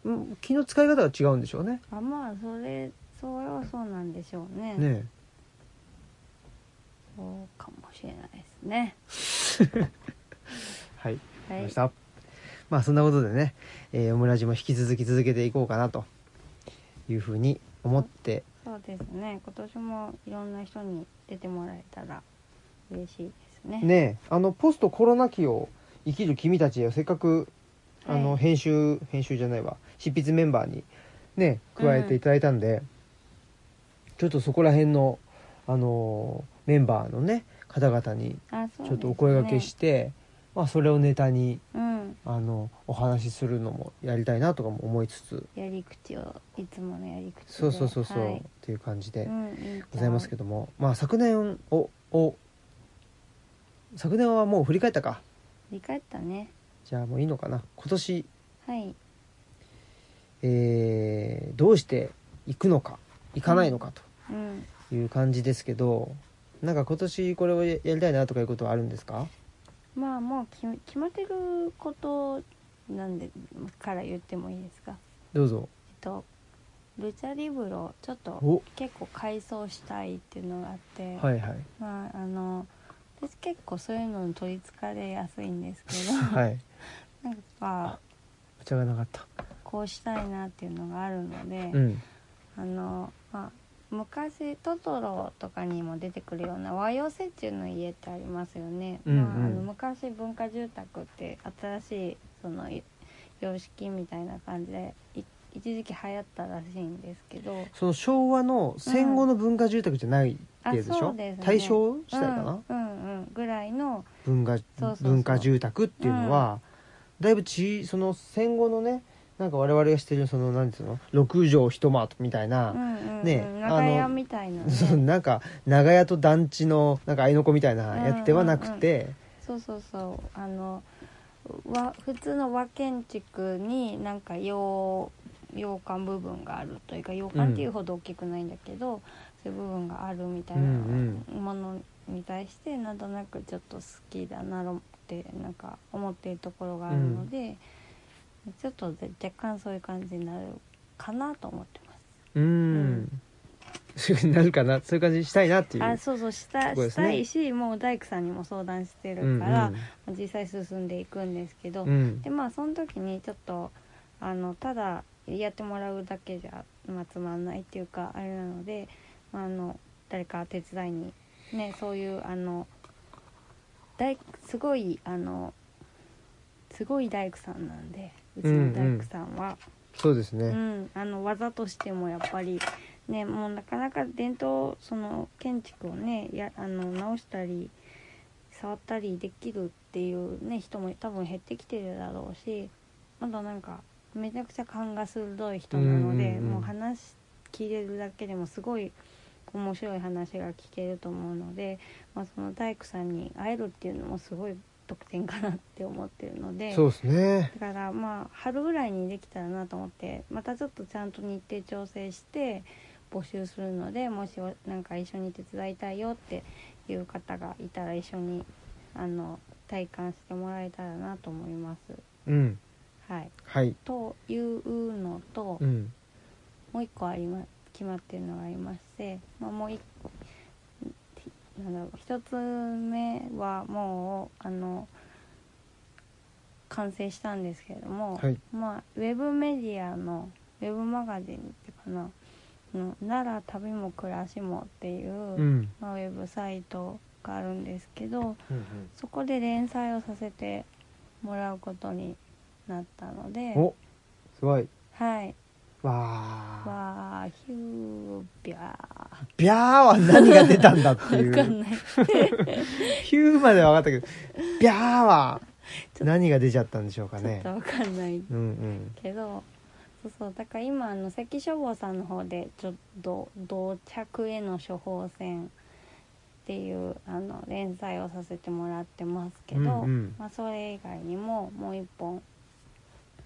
Speaker 1: うん気の使い方が違うんでしょうね
Speaker 2: あまあそれそれはそうなんでしょうね
Speaker 1: ね
Speaker 2: そうかもしれないですね
Speaker 1: はい、わか
Speaker 2: は
Speaker 1: り
Speaker 2: い
Speaker 1: ましたまあそんなことでね、えーオムラジも引き続き続けていこうかなというふうに思って
Speaker 2: そうですね今年もいろんな人に出てもらえたら嬉しいですね
Speaker 1: ねあのポストコロナ期を生きる君たちへせっかくあ
Speaker 2: はい
Speaker 1: の編集編集じゃないわ執筆メンバーにね加えていただいたんで、ちょっとそこら辺のあのーメンバーのね方々に
Speaker 2: あそうですね
Speaker 1: ちょっとお声掛けして、まあ、それをネタに
Speaker 2: うん
Speaker 1: あのお話しするのもやりたいなとかも思いつつ
Speaker 2: やり口をいつものやり口で
Speaker 1: そうそうそうそう、
Speaker 2: はい
Speaker 1: っていう感じで
Speaker 2: うんいい
Speaker 1: ございますけ
Speaker 2: ど
Speaker 1: ども、まあ昨年をを昨年はもう振り返ったか
Speaker 2: 振り返ったね
Speaker 1: じゃあもういいのかな今年
Speaker 2: はい
Speaker 1: えーどうして行くのか行かないのか
Speaker 2: うん
Speaker 1: という感じですけど、なんか今年これをやりたいなとかいうことはあるんですか
Speaker 2: まあもう決め決まってることなんでから言ってもいいですか
Speaker 1: どうぞ
Speaker 2: えっとルチャリブロをちょっと
Speaker 1: お
Speaker 2: 結構改装したいっていうのがあって、
Speaker 1: はいはい
Speaker 2: まああの私結構そういうのに取りつかれやすいんですけど
Speaker 1: はい
Speaker 2: なんかま
Speaker 1: お茶がなかった
Speaker 2: あこうしたいなっていうのがあるので、
Speaker 1: うん
Speaker 2: あのまあ昔トトロとかにも出てくるような和洋折衷の家ってありますよね、
Speaker 1: うんうん
Speaker 2: まあ、あの昔文化住宅って新しいそのい様式みたいな感じでい一時期流行ったらしいんですけど
Speaker 1: その昭和の戦後の文化住宅じゃない家でし
Speaker 2: あそ
Speaker 1: ょ、
Speaker 2: うですね
Speaker 1: 大正時代かな、
Speaker 2: うん、うんうんぐらいの
Speaker 1: 文化
Speaker 2: そうそう
Speaker 1: 文化住宅っていうのは、だいぶちその戦後のねなんか我々がしてるその何ていうの6畳一間みたいな、
Speaker 2: うんうんうん
Speaker 1: ね
Speaker 2: 長
Speaker 1: あ
Speaker 2: 屋
Speaker 1: の
Speaker 2: みた いな、ね、
Speaker 1: そうなんか長屋と団地のなんか合いの子みたいなやつではなくて、
Speaker 2: そうそうそうあのわ普通の和建築になんか洋洋館部分があるというか洋館っていうほど大きくないんだけど、そういう部分があるみたいな
Speaker 1: うん
Speaker 2: ものに対してなんとなくちょっと好きだなってなんか思っているところがあるので、ちょっとで若干そういう感じになるかなと思ってます。
Speaker 1: うんなるかなそういう感じにしたいなっていう
Speaker 2: あそうそうした,、
Speaker 1: ところで
Speaker 2: し
Speaker 1: すね
Speaker 2: たいしもう大工さんにも相談してるから、実際進んでいくんですけど、
Speaker 1: うんうん
Speaker 2: でまあその時にちょっとあのただやってもらうだけじゃ、まあ、つまんないっていうかあれなので、まあ、あの誰か手伝いにねそういうあの大すごいあのすごい大工さんなんでうちの大工さんは、
Speaker 1: そうです
Speaker 2: うん
Speaker 1: ね
Speaker 2: あの技としてもやっぱりねもうなかなか伝統その建築をねやあの直したり触ったりできるっていうね人も多分減ってきてるだろうしまだなんかめちゃくちゃ勘が鋭い人なので、
Speaker 1: うんうんうん
Speaker 2: もう話聞いてるだけでもすごい面白い話が聞けると思うので、まあ、その大工さんに会えるっていうのもすごい特典かなって思ってるので。
Speaker 1: そうですね
Speaker 2: だからまあ春ぐらいにできたらなと思ってまたちょっとちゃんと日程調整して募集するのでもしおなんか一緒に手伝いたいよっていう方がいたら一緒にあの体感してもらえたらなと思います。
Speaker 1: うん
Speaker 2: はい、
Speaker 1: はい
Speaker 2: というのと、
Speaker 1: うん
Speaker 2: もう一個あり、ま、決まってるのがありまして、まあ、もう一なんだろう一つ目はもうあの完成したんですけれども、
Speaker 1: はい
Speaker 2: まあ、ウェブメディアのウェブマガジンっていうかなの「奈良旅も暮らしも」っていう、
Speaker 1: うん
Speaker 2: まあ、ウェブサイトがあるんですけど
Speaker 1: うん
Speaker 2: そこで連載をさせてもらうことになったので
Speaker 1: うんおすごい
Speaker 2: はい
Speaker 1: わー
Speaker 2: わあヒュービャー
Speaker 1: ビャーは何が出たんだってい
Speaker 2: わかん
Speaker 1: う
Speaker 2: ない
Speaker 1: ヒューまでは分かったけどビャーは何が出ちゃったんでしょうか
Speaker 2: ちょっ
Speaker 1: ね
Speaker 2: とわかんない
Speaker 1: うんうん
Speaker 2: けどそうそうだから今あの関消防さんの方でちょっと同着への処方箋っていうあの連載をさせてもらってますけど、
Speaker 1: うんうん
Speaker 2: まあ、それ以外にももう一本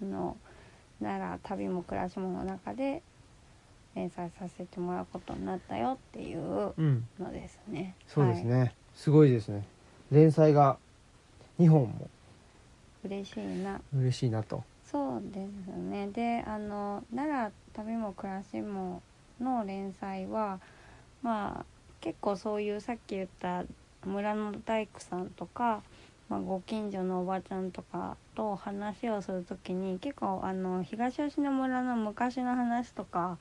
Speaker 2: あの奈良旅も暮らしもの中で連載させてもらうことになったよっていう
Speaker 1: うん
Speaker 2: のですね。
Speaker 1: そうです
Speaker 2: はい、
Speaker 1: ね、すごいですね連載が2本も
Speaker 2: 嬉しいな
Speaker 1: 嬉しいなと
Speaker 2: そうですねであの奈良旅も暮らしもの連載はまあ結構そういうさっき言った村の大工さんとか、まあ、ご近所のおばちゃんとかと話をするときに結構あの東吉野村の昔の話とか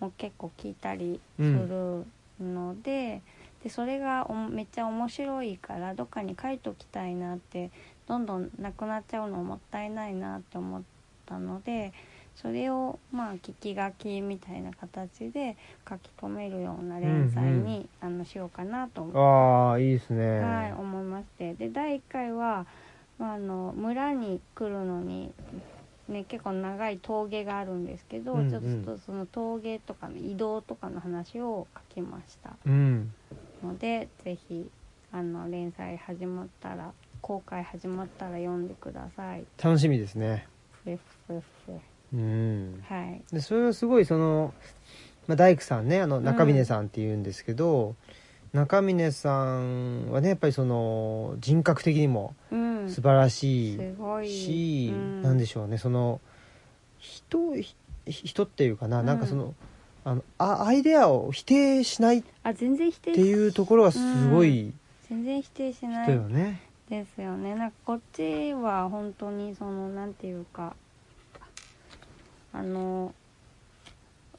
Speaker 2: も結構聞いたりするので,、でそれがおもめっちゃ面白いからどっかに書いときたいなってどんどんなくなっちゃうのもったいないなって思ったのでそれをまあ聞き書きみたいな形で書き留めるような連載に、あのしようかなと思って
Speaker 1: ああいいですね、
Speaker 2: はい、思いましてで第1回は、まあ、あの村に来るのに、ね、結構長い峠があるんですけど、
Speaker 1: うんうん
Speaker 2: ちょっとその峠とかの移動とかの話を書きました
Speaker 1: うん
Speaker 2: のでぜひあの連載始まったら公開始まったら読んでください。
Speaker 1: 楽しみですね
Speaker 2: ふえふえふえ
Speaker 1: うん
Speaker 2: はい
Speaker 1: でそれはすごいその、まあ、大工さんねあの
Speaker 2: ん
Speaker 1: 中峰さんっていうんですけど、中峰さんはねやっぱりその人格的にも
Speaker 2: うん、
Speaker 1: 素
Speaker 2: す
Speaker 1: 晴らしい
Speaker 2: ごい
Speaker 1: し、
Speaker 2: うん
Speaker 1: なんでしょうねその人ひ人っていうかな、
Speaker 2: うん
Speaker 1: なんかそのあのあアイデアを否定しないっ
Speaker 2: あ全然否定
Speaker 1: ていうところはすごい
Speaker 2: 全然否定しない
Speaker 1: 人よね。
Speaker 2: ですよねなんかこっちは本当にそのなんていうかあの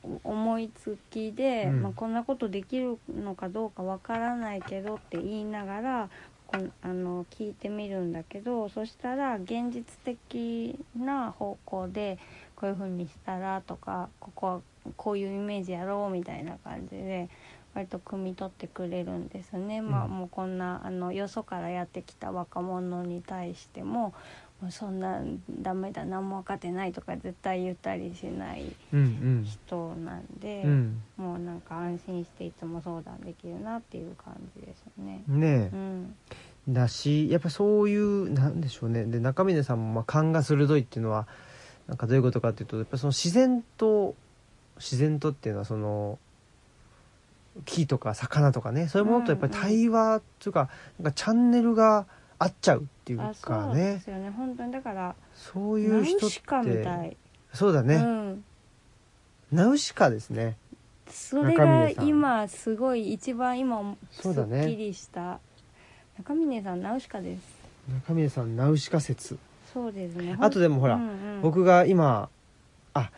Speaker 2: お思いつきで、
Speaker 1: うん
Speaker 2: まあ、こんなことできるのかどうかわからないけどって言いながらこんあの聞いてみるんだけどそしたら現実的な方向でこういう風にしたらとかここはこういうイメージやろうみたいな感じで割と汲み取ってくれるんですね、まあ
Speaker 1: うん
Speaker 2: もうこんなあのよそからやってきた若者に対してももうそんなダメだ何も分かってないとか絶対言ったりしない
Speaker 1: うん
Speaker 2: 人なんで、
Speaker 1: うん
Speaker 2: もうなんか安心していつも相談できるなっていう感じですね。
Speaker 1: うん、ね
Speaker 2: う
Speaker 1: え、
Speaker 2: ん、
Speaker 1: だしやっぱそういうなんでしょうねで中峰さんもまあ勘が鋭いっていうのはなんかどういうことかっていうとやっぱその自然と自然とっていうのはその木とか魚とかねそういうものとやっぱり対話というか,、なんかチャンネルが合っちゃうっていう
Speaker 2: あそう
Speaker 1: か
Speaker 2: なんで
Speaker 1: ね
Speaker 2: すよね本当にだから
Speaker 1: そういう
Speaker 2: ナ
Speaker 1: 人
Speaker 2: ウシカ
Speaker 1: っ
Speaker 2: みた
Speaker 1: て
Speaker 2: い、
Speaker 1: そうだ
Speaker 2: う
Speaker 1: ね、
Speaker 2: ん
Speaker 1: ナウシカですね
Speaker 2: それ
Speaker 1: 中
Speaker 2: が
Speaker 1: 峰さん
Speaker 2: 今すごい一番今す
Speaker 1: そ
Speaker 2: っ
Speaker 1: うだね
Speaker 2: きりした、中峰さんナウシカです
Speaker 1: 中峰さんナウシカ説
Speaker 2: そうですね
Speaker 1: あとでもほら、
Speaker 2: うんうん
Speaker 1: 僕が今あ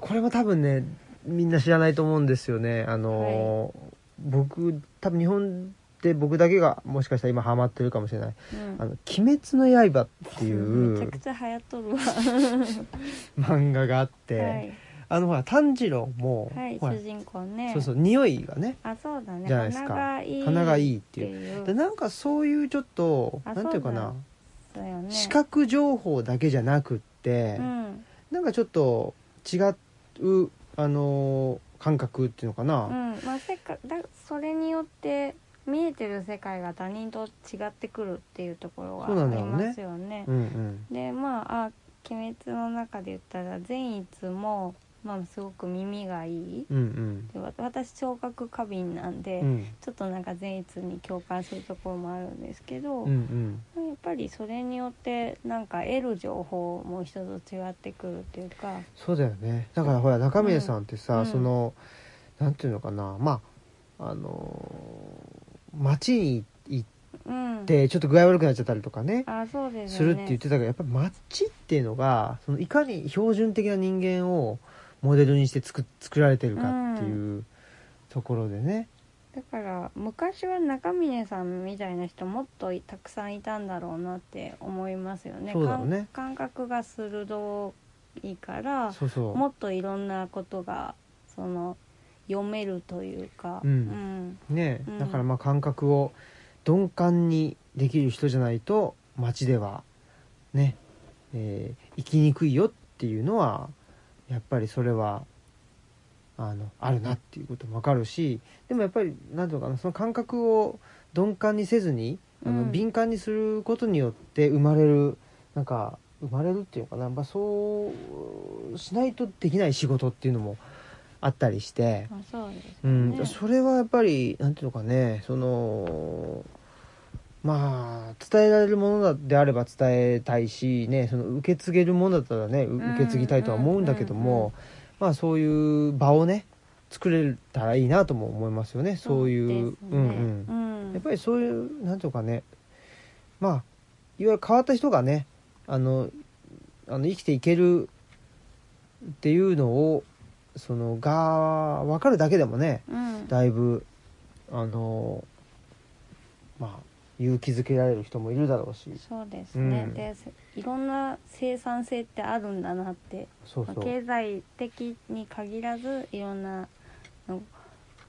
Speaker 1: これも多分ねみんな知らないと思うんですよねあの、僕多分日本で僕だけがもしかしたら今ハマってるかもしれない
Speaker 2: うん
Speaker 1: 「あの鬼滅の刃」ってい
Speaker 2: めちゃ
Speaker 1: う
Speaker 2: くちゃ流行っとるわ
Speaker 1: 漫画があって、
Speaker 2: はい、
Speaker 1: あのほら炭治郎も、
Speaker 2: はい、
Speaker 1: ほら
Speaker 2: 主人公ね
Speaker 1: そうそう匂いがね
Speaker 2: あそうだね
Speaker 1: じゃないですか
Speaker 2: 鼻がいい
Speaker 1: 鼻が
Speaker 2: っ
Speaker 1: いいって
Speaker 2: て
Speaker 1: いう
Speaker 2: いう
Speaker 1: でなんかそういうちょっと
Speaker 2: あ
Speaker 1: なんていうか
Speaker 2: そう
Speaker 1: な
Speaker 2: なんだよね
Speaker 1: 視覚情報だけじゃなくって、
Speaker 2: うん
Speaker 1: なんかちょっと違うあのー感覚っていうのかな、
Speaker 2: うんまあ、せっかだそれによって見えてる世界が他人と違ってくるっていうところが
Speaker 1: そうな
Speaker 2: あ
Speaker 1: んだ
Speaker 2: り
Speaker 1: ろうね
Speaker 2: ますよね
Speaker 1: う。んうん
Speaker 2: でまああ「鬼滅」の中で言ったら善逸も、まあ、すごく耳がいい
Speaker 1: うん
Speaker 2: でわ私聴覚過敏なんで、
Speaker 1: うんうん
Speaker 2: ちょっとなんか善逸に共感するところもあるんですけど、
Speaker 1: うんうん
Speaker 2: やっぱりそれによってなんか得る情報も人と違ってくるっていうか、
Speaker 1: そうだよねだからほら中峰さんってさ、
Speaker 2: うん
Speaker 1: そのなんていうのかなまああのー街に行っ
Speaker 2: うん、
Speaker 1: てちょっと具合悪くなっちゃったりとかね
Speaker 2: あそうです
Speaker 1: する
Speaker 2: よね
Speaker 1: って言ってたけどやっぱり街っていうのがそのいかに標準的な人間をモデルにして作作られてるかっていうところでね、
Speaker 2: だから昔は中峰さんみたいな人もっといたくさんいたんだろうなって思いますよね
Speaker 1: そうだろうね
Speaker 2: 感感覚が鋭いから
Speaker 1: そうそう
Speaker 2: もっといろんなことがその読めるというか、
Speaker 1: うんね、
Speaker 2: うん
Speaker 1: だからまあ感覚を鈍感にできる人じゃないと街ではね、えー生きにくいよっていうのはやっぱりそれはあのあるなっていうこともわかるしでもやっぱり何ていうのかなその感覚を鈍感にせずにあの、
Speaker 2: うん
Speaker 1: 敏感にすることによって生まれるなんか生まれるっていうのかな、まあ、そうしないとできない仕事っていうのもあったりして。
Speaker 2: まあ、そうですよね、
Speaker 1: うん、それはやっぱりなんていうのかねそのまあ伝えられるものであれば伝えたいし、ね、その受け継げるものだったらねう
Speaker 2: うん
Speaker 1: 受け継ぎたいとは思うんだけども、
Speaker 2: うんうんうん
Speaker 1: まあ、そういう場をね作れたらいいなとも思いますよねそういう。
Speaker 2: ですね
Speaker 1: うんうん
Speaker 2: うん
Speaker 1: やっぱりそういうなんていうかねまあいわゆる変わった人がねあのあの生きていけるっていうのをそのが分かるだけでもね
Speaker 2: うん
Speaker 1: だいぶあのまあ勇気づけられる人もいるだろうし
Speaker 2: そうですね、
Speaker 1: うん
Speaker 2: でせいろんな生産性ってあるんだなって
Speaker 1: そう
Speaker 2: まあ
Speaker 1: そう
Speaker 2: 経済的に限らずいろんなの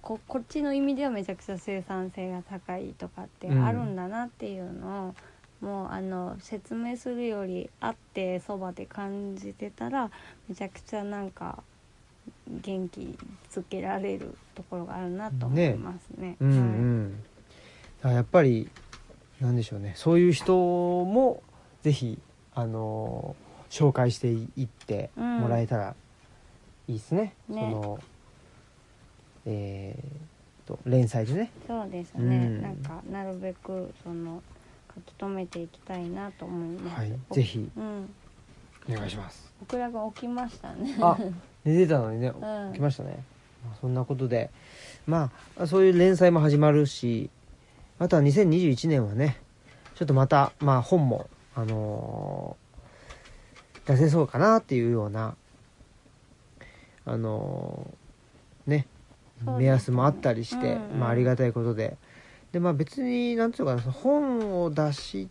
Speaker 2: ここっちの意味ではめちゃくちゃ生産性が高いとかって
Speaker 1: うん
Speaker 2: あるんだなっていうのを、もうあの説明するより会ってそばで感じてたらめちゃくちゃなんか元気づけられるところがあるなと思いますね。
Speaker 1: うんうんだからやっぱりなんでしょうねそういう人もぜひあの紹介していって
Speaker 2: うん
Speaker 1: もらえたらいいですね,、
Speaker 2: ね
Speaker 1: そのえー、と連載でね
Speaker 2: はい、そうです
Speaker 1: う
Speaker 2: ね、
Speaker 1: ん
Speaker 2: なんかなるべくその書き留めていきたいなと思います。
Speaker 1: はい
Speaker 2: お
Speaker 1: ぜひ
Speaker 2: うん、
Speaker 1: お願いします
Speaker 2: 僕らが起きましたね。
Speaker 1: あ寝てたのにね
Speaker 2: うん
Speaker 1: 来ましたね、まあそんなことでまあそういう連載も始まるしあとは2021年はねちょっとまた、まあ、本も、あのー出せそうかなっていうようなあのーね
Speaker 2: そうですね
Speaker 1: 目安もあったりして、
Speaker 2: うんうん
Speaker 1: まあ、ありがたいことでで、まあ、別になんていうのかなその本を出し、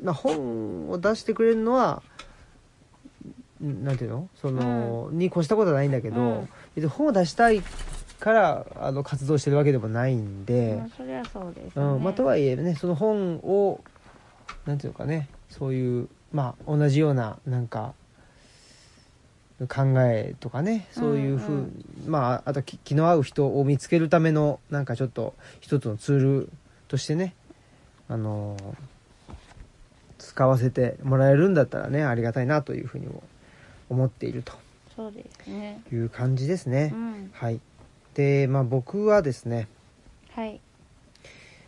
Speaker 1: まあ、本を出してくれるのはんなんていうのその、に越したことはないんだけど、
Speaker 2: うん
Speaker 1: 別に本を出したいからあの活動してるわけでもないんで、
Speaker 2: まあ、それはそうです、ね。
Speaker 1: うんまあ、とはいえねその本をなんていうのかねそういうまあ同じようななんか考えとかねそういうふう、
Speaker 2: うん
Speaker 1: まああとき気の合う人を見つけるためのなんかちょっと一つのツールとしてねあのー使わせてもらえるんだったらねありがたいなというふうにも思っていると
Speaker 2: そうですね。
Speaker 1: いう感じですね
Speaker 2: う。ん、
Speaker 1: はい。で、まあ僕はですね、
Speaker 2: はい、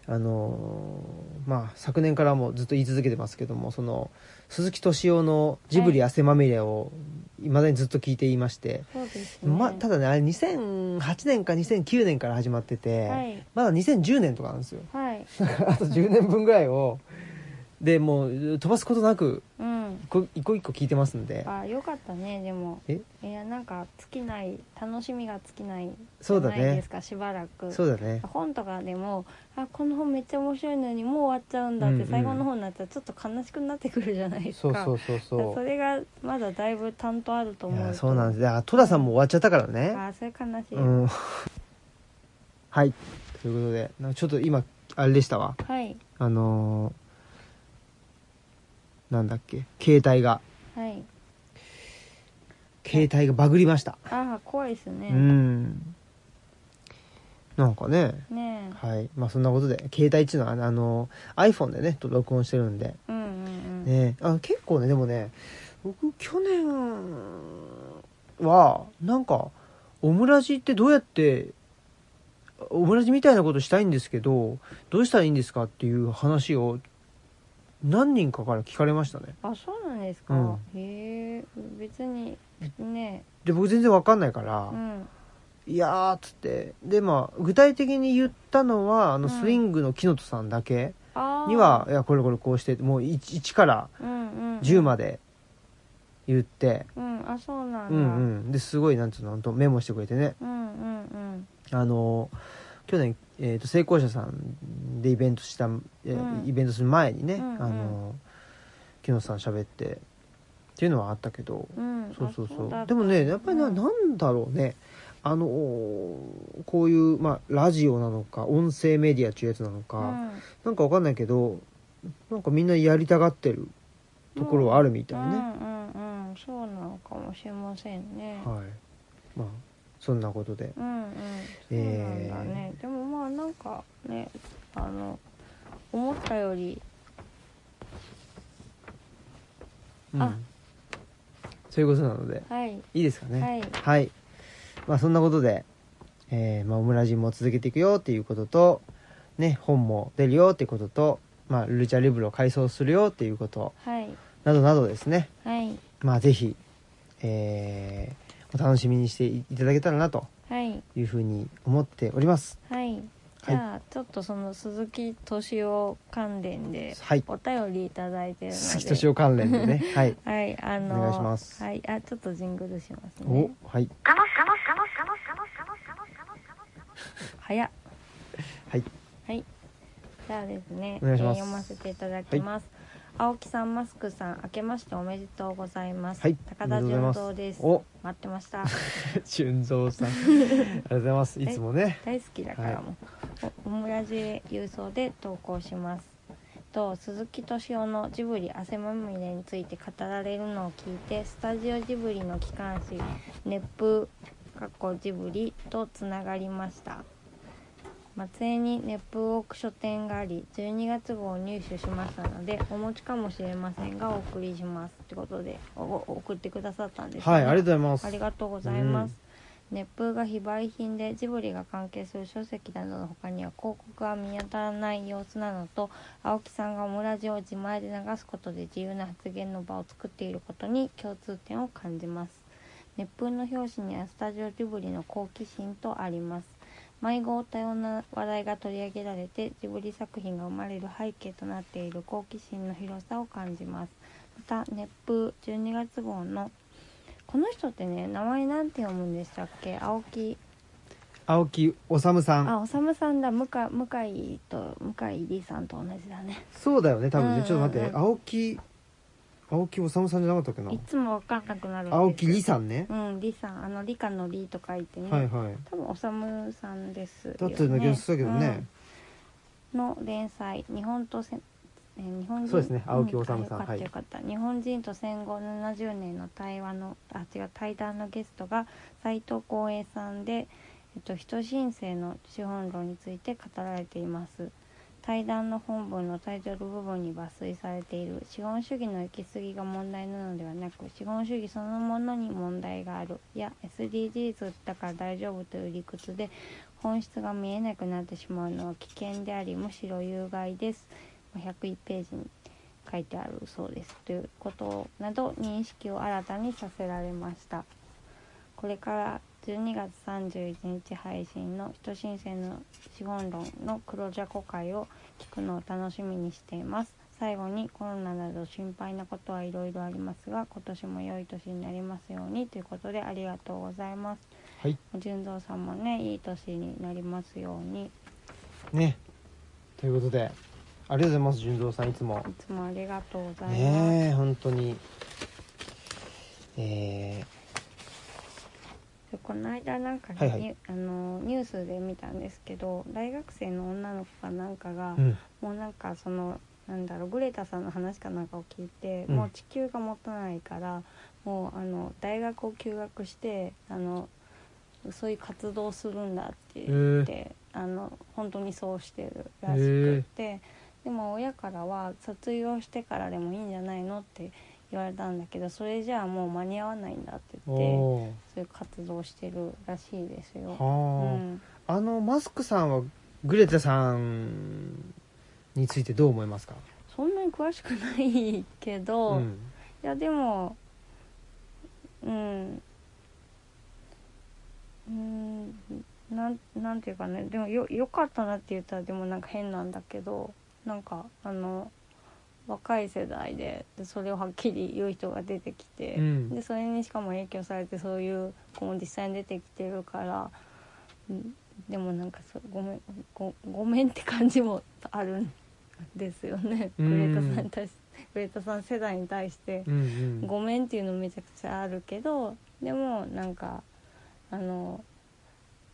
Speaker 1: あのーまあ昨年からもずっと言い続けてますけども、その鈴木敏夫のジブリ汗まみれを未だにずっと聞いていまして、
Speaker 2: そうですね。
Speaker 1: まあただね、あれ2008年か2009年から始まってて、
Speaker 2: はい、
Speaker 1: まだ2010年とかなんですよ。
Speaker 2: はい、
Speaker 1: あと10年分ぐらいを、で、もう飛ばすことなく、
Speaker 2: うん。
Speaker 1: 一個一個一個聞いてますんで、
Speaker 2: あ、よかったね、でも。
Speaker 1: え
Speaker 2: いや、なんか尽きない、楽しみが尽きない。
Speaker 1: そうだ
Speaker 2: ないで
Speaker 1: ね
Speaker 2: す。か、しばらく。
Speaker 1: そうだね。
Speaker 2: 本とかでもあこの本めっちゃ面白いのにもう終わっちゃうんだ
Speaker 1: う
Speaker 2: っ
Speaker 1: んう
Speaker 2: て
Speaker 1: ん
Speaker 2: 最後の本になったらちょっと悲しくなってくるじゃないです
Speaker 1: そ
Speaker 2: か、
Speaker 1: うそうそう
Speaker 2: だから
Speaker 1: そう。
Speaker 2: れがまだだいぶ担当あると
Speaker 1: い
Speaker 2: 思う
Speaker 1: や
Speaker 2: と
Speaker 1: そうなんですだから戸田さんも終わっちゃったからね
Speaker 2: あそれ悲しい、
Speaker 1: うんはいということでなんかちょっと今あれでしたわ
Speaker 2: はい
Speaker 1: あのーなんだっけ携帯が
Speaker 2: はい
Speaker 1: 携帯がバグりました、
Speaker 2: ああ怖いですね、
Speaker 1: うんなんかね
Speaker 2: ね
Speaker 1: はいまあそんなことで携帯っていうのはあの iPhone でね録音してるんで
Speaker 2: えうんうんうん、
Speaker 1: ねあ結構ねでもね僕去年はなんかオムラジってどうやってオムラジみたいなことしたいんですけどどうしたらいいんですかっていう話を何人かから聞かれましたね
Speaker 2: あそうなんですか、
Speaker 1: うん
Speaker 2: へえ別にね
Speaker 1: で僕全然わかんないから「
Speaker 2: うん
Speaker 1: いやー」っつってでまあ具体的に言ったのはあの
Speaker 2: うん
Speaker 1: スイングの木本さんだけ
Speaker 2: ああ
Speaker 1: には「いやこれこれこうして」もう 1, から
Speaker 2: うんうん
Speaker 1: 10まで言って、
Speaker 2: うんあそうなん
Speaker 1: うん
Speaker 2: だ、
Speaker 1: うん、ですごいなんつうのほんとメモしてくれてね
Speaker 2: うんうんうん
Speaker 1: あの去年、えー、と成功者さんでイベントした、えー
Speaker 2: うん
Speaker 1: イベントする前にね、
Speaker 2: うんうん
Speaker 1: あの木野さん喋ってっていうのはあったけど、
Speaker 2: うん
Speaker 1: そうそう
Speaker 2: あ
Speaker 1: そう
Speaker 2: だた
Speaker 1: でもねやっぱりな,、、
Speaker 2: うんん
Speaker 1: なんだろうねあのこういう、まあ、ラジオなのか音声メディアっていうやつなのか、
Speaker 2: うん
Speaker 1: なんかわかんないけどなんかみんなやりたがってるところはあるみたいね、
Speaker 2: うんうんうんそうなのかもしれませんね、
Speaker 1: はいまあそんなことで
Speaker 2: うんうんそうなんだね、でもまあなんかねあの思ったより
Speaker 1: うん
Speaker 2: あ
Speaker 1: そういうことなので
Speaker 2: はい
Speaker 1: いいですかね
Speaker 2: はい
Speaker 1: はい。まあそんなことで、えーまあオムラジも続けていくよっていうことと、ね、本も出るよっていうことと、まあルチャリブロを改装するよっていうこと、
Speaker 2: はい
Speaker 1: などなどですね。
Speaker 2: はい
Speaker 1: まあぜひ、えーお楽しみにしていただけたらなと
Speaker 2: はい
Speaker 1: いうふうに思っております。
Speaker 2: はいじ
Speaker 1: はい。
Speaker 2: ゃあちょっとその鈴木敏夫関連で
Speaker 1: はい。
Speaker 2: お便りいただいて るので
Speaker 1: 鈴木敏夫関連で ね。はい。
Speaker 2: はいあの
Speaker 1: お願いします
Speaker 2: はいあちょっとジングルします
Speaker 1: お
Speaker 2: ね、
Speaker 1: はい。
Speaker 2: 早っ
Speaker 1: はい
Speaker 2: はいじゃあですね
Speaker 1: お願いします
Speaker 2: えー読ませていただきます、青木さんマスクさん明けましておめでとうございます、
Speaker 1: はい。
Speaker 2: 高田
Speaker 1: ありがとうご
Speaker 2: 純
Speaker 1: ざいま
Speaker 2: 三です
Speaker 1: お、
Speaker 2: 待ってました
Speaker 1: 純三さん。ありがとうございます。いつもね。
Speaker 2: 大好きだからもう、おオムラジへ郵送で投稿しますと鈴木敏夫のジブリ汗まみれについて語られるのを聞いてスタジオジブリの機関誌熱風かっこジブリとつながりました松江に熱風オーク書店があり12月号を入手しましたのでお持ちかもしれませんがお送りしますってことでおお送ってくださったんですね
Speaker 1: はい、ありがとうござ
Speaker 2: あり
Speaker 1: います。
Speaker 2: がとうございます。熱風が非売品でジブリが関係する書籍などの他には広告が見当たらない様子なのと青木さんがオムラジオを自前で流すことで自由な発言の場を作っていることに共通点を感じます熱風の表紙にはスタジオジブリの好奇心とあります迷子多様な話題が取り上げられてジブリ作品が生まれる背景となっている好奇心の広さを感じますまた熱風12月号のこの人ってね名前なんて読むんでしたっけ青木
Speaker 1: 青木治さん。
Speaker 2: あおさむさんだ向か向井と向井理さんと同じだね
Speaker 1: そうだよね多分ね、
Speaker 2: うんうんうん
Speaker 1: ちょっと待って青木青木治さんじゃなかったっけない
Speaker 2: つも分かんなくなるんです
Speaker 1: 青木理さんね、
Speaker 2: うん理さんあの理科の理と書いてね、
Speaker 1: はいはい
Speaker 2: 多分おさむさんですよ、ね、
Speaker 1: だってだけどそうだけどね、
Speaker 2: の連載日本とせんえー日本人
Speaker 1: そうですね青木治さん
Speaker 2: あよかった
Speaker 1: はい
Speaker 2: よかった、日本人と戦後70年の対話のあ違う対談のゲストが斉藤光栄さんで、えっと、人新世の資本論について語られています対談の本文のタイトル部分に抜粋されている資本主義の行き過ぎが問題なのではなく資本主義そのものに問題があるや SDGs だから大丈夫という理屈で本質が見えなくなってしまうのは危険でありむしろ有害です101ページに書いてあるそうですということなど認識を新たにさせられましたこれから12月31日配信の「人新世の資本論」の黒ジャコ会を聞くのを楽しみにしています最後にコロナなど心配なことはいろいろありますが今年も良い年になりますようにということでありがとうございます
Speaker 1: はい
Speaker 2: 純三さんもねいい年になりますように
Speaker 1: ねということでありがとうございます純三さんいつも
Speaker 2: いつもありがとうございます、
Speaker 1: ねえ本当にえ
Speaker 2: でこの間なんかね、
Speaker 1: はいはい
Speaker 2: ニュあのニュースで見たんですけど大学生の女の子かなんかが、
Speaker 1: ー、うん
Speaker 2: もうなんかそのなんだろうグレタさんの話かなんかを聞いて、
Speaker 1: うん
Speaker 2: もう地球が持たないからもうあの大学を休学してあのそういう活動をするんだって言って、あの本当にそうしてるらしくて、でも親からは卒業してからでもいいんじゃないのって言われたんだけどそれじゃあもう間に合わないんだって言って。
Speaker 1: お
Speaker 2: そういう活動をしてるらしいです
Speaker 1: ー
Speaker 2: よ。う
Speaker 1: はあ、
Speaker 2: ん、
Speaker 1: あのマスクさんはグレタさんについてどう思いますか、
Speaker 2: そんなに詳しくないけど、
Speaker 1: う
Speaker 2: い
Speaker 1: ん、
Speaker 2: やでもうんうんなんなんていうかねでもよよかったなって言ったらでもなんか変なんだけどなんかあの若い世代ででそれをはっきり言う人が出てきて、
Speaker 1: うん
Speaker 2: でそれにしかも影響されてそういう子も実際に出てきてるからうんでもなんかそうごめんごごめんって感じもあるんですよね
Speaker 1: う
Speaker 2: グ
Speaker 1: ん
Speaker 2: レタさんに対しグレタさん世代に対して
Speaker 1: うんうん
Speaker 2: ごめんっていうのめちゃくちゃあるけどでもなんかあの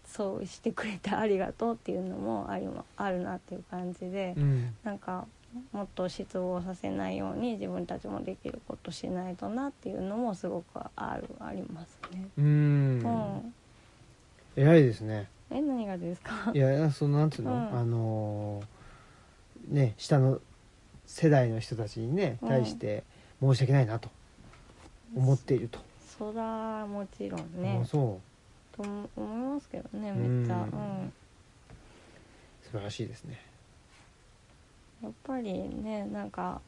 Speaker 2: そうしてくれてありがとうっていうのもありもあるなっていう感じで
Speaker 1: うん
Speaker 2: なんかもっと失望させないように自分たちもできることしないとなっていうのもすごくあるありますね。
Speaker 1: う
Speaker 2: うんん、
Speaker 1: 偉いですね
Speaker 2: え何がですか
Speaker 1: いやそのなんていうの、
Speaker 2: うん
Speaker 1: あのーね下の世代の人たちにね
Speaker 2: うん
Speaker 1: 対して申し訳ないなと思っていると、
Speaker 2: そらもちろん
Speaker 1: も
Speaker 2: ね
Speaker 1: うそ
Speaker 2: と思いますけどねめっちゃ、
Speaker 1: う
Speaker 2: うんん、
Speaker 1: う素晴らしいですね
Speaker 2: やっぱりねなんか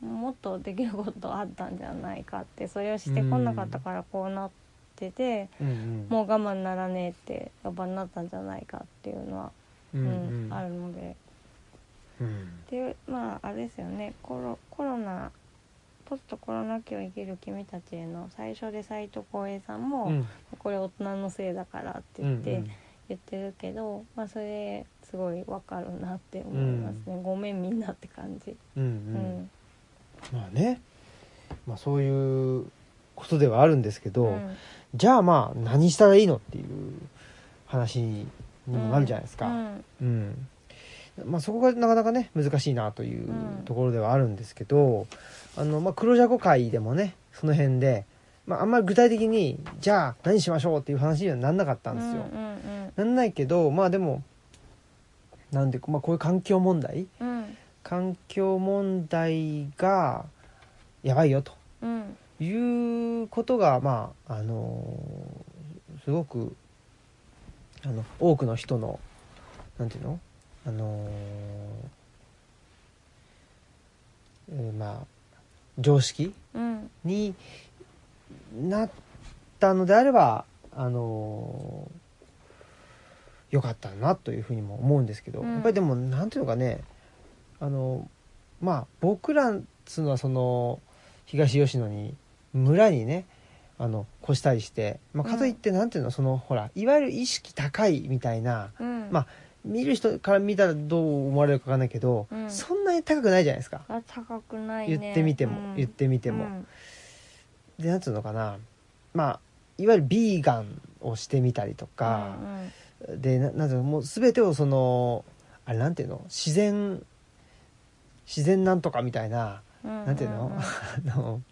Speaker 2: もっとできることあったんじゃないかってそれをしてこなかったからこうなってて、
Speaker 1: うんうん
Speaker 2: もう我慢ならねえってやっぱなったんじゃないかっていうのは、
Speaker 1: う
Speaker 2: うん
Speaker 1: う
Speaker 2: ん
Speaker 1: ん
Speaker 2: あるので
Speaker 1: うん
Speaker 2: でまああれですよねコロコロナポストコロナ期を生きる君たちへの最初で斎藤浩平さんも、
Speaker 1: うん
Speaker 2: これ大人のせいだからって
Speaker 1: うんう
Speaker 2: 言って、
Speaker 1: ん
Speaker 2: 言ってるけど、まあ、それすごいわかるなって思いますね、ごめんみんなって感じ。
Speaker 1: うんう
Speaker 2: うんん
Speaker 1: まあね、まあ、そういうことではあるんですけど、
Speaker 2: うん
Speaker 1: じゃあまあ何したらいいのっていう話にもなるじゃないですか、
Speaker 2: うん
Speaker 1: うんまあ、そこがなかなかね難しいなといううんところではあるんですけど、あのまあ、黒ジャコ会でもねその辺で、まあ、あんまり具体的にじゃあ何しましょうっていう話にはなんなかったんですよ。
Speaker 2: うんうん
Speaker 1: なんないけどまあでもなんで、まあ、こういう環境問題
Speaker 2: うん
Speaker 1: 環境問題がやばいよと
Speaker 2: うん
Speaker 1: いうことがまああのーすごくあの多くの人のなんていうのあのーえーまあ常識
Speaker 2: うん
Speaker 1: になったのであればあのーよかったなというふうにも思うんですけど、
Speaker 2: うん
Speaker 1: やっぱりでもなんていうのかねあのまあ僕らっつうのはその東吉野に村にねあの越したりして、まあ、かといってなんていうの、そのほらいわゆる意識高いみたいな
Speaker 2: うん
Speaker 1: ま見る人から見たらどう思われるかわかんないけど、
Speaker 2: うん
Speaker 1: そんなに高くないじゃないですか、
Speaker 2: あ高くないね
Speaker 1: 言ってみても、
Speaker 2: うん
Speaker 1: 言ってみても。
Speaker 2: うん
Speaker 1: でなんつうのかなまあいわゆるビーガンをしてみたりとか
Speaker 2: う、ん
Speaker 1: でななんていうのもう全てをそのあれなんていうの自然自然なんとかみたいな、
Speaker 2: うん
Speaker 1: なんていうの、
Speaker 2: ん
Speaker 1: あの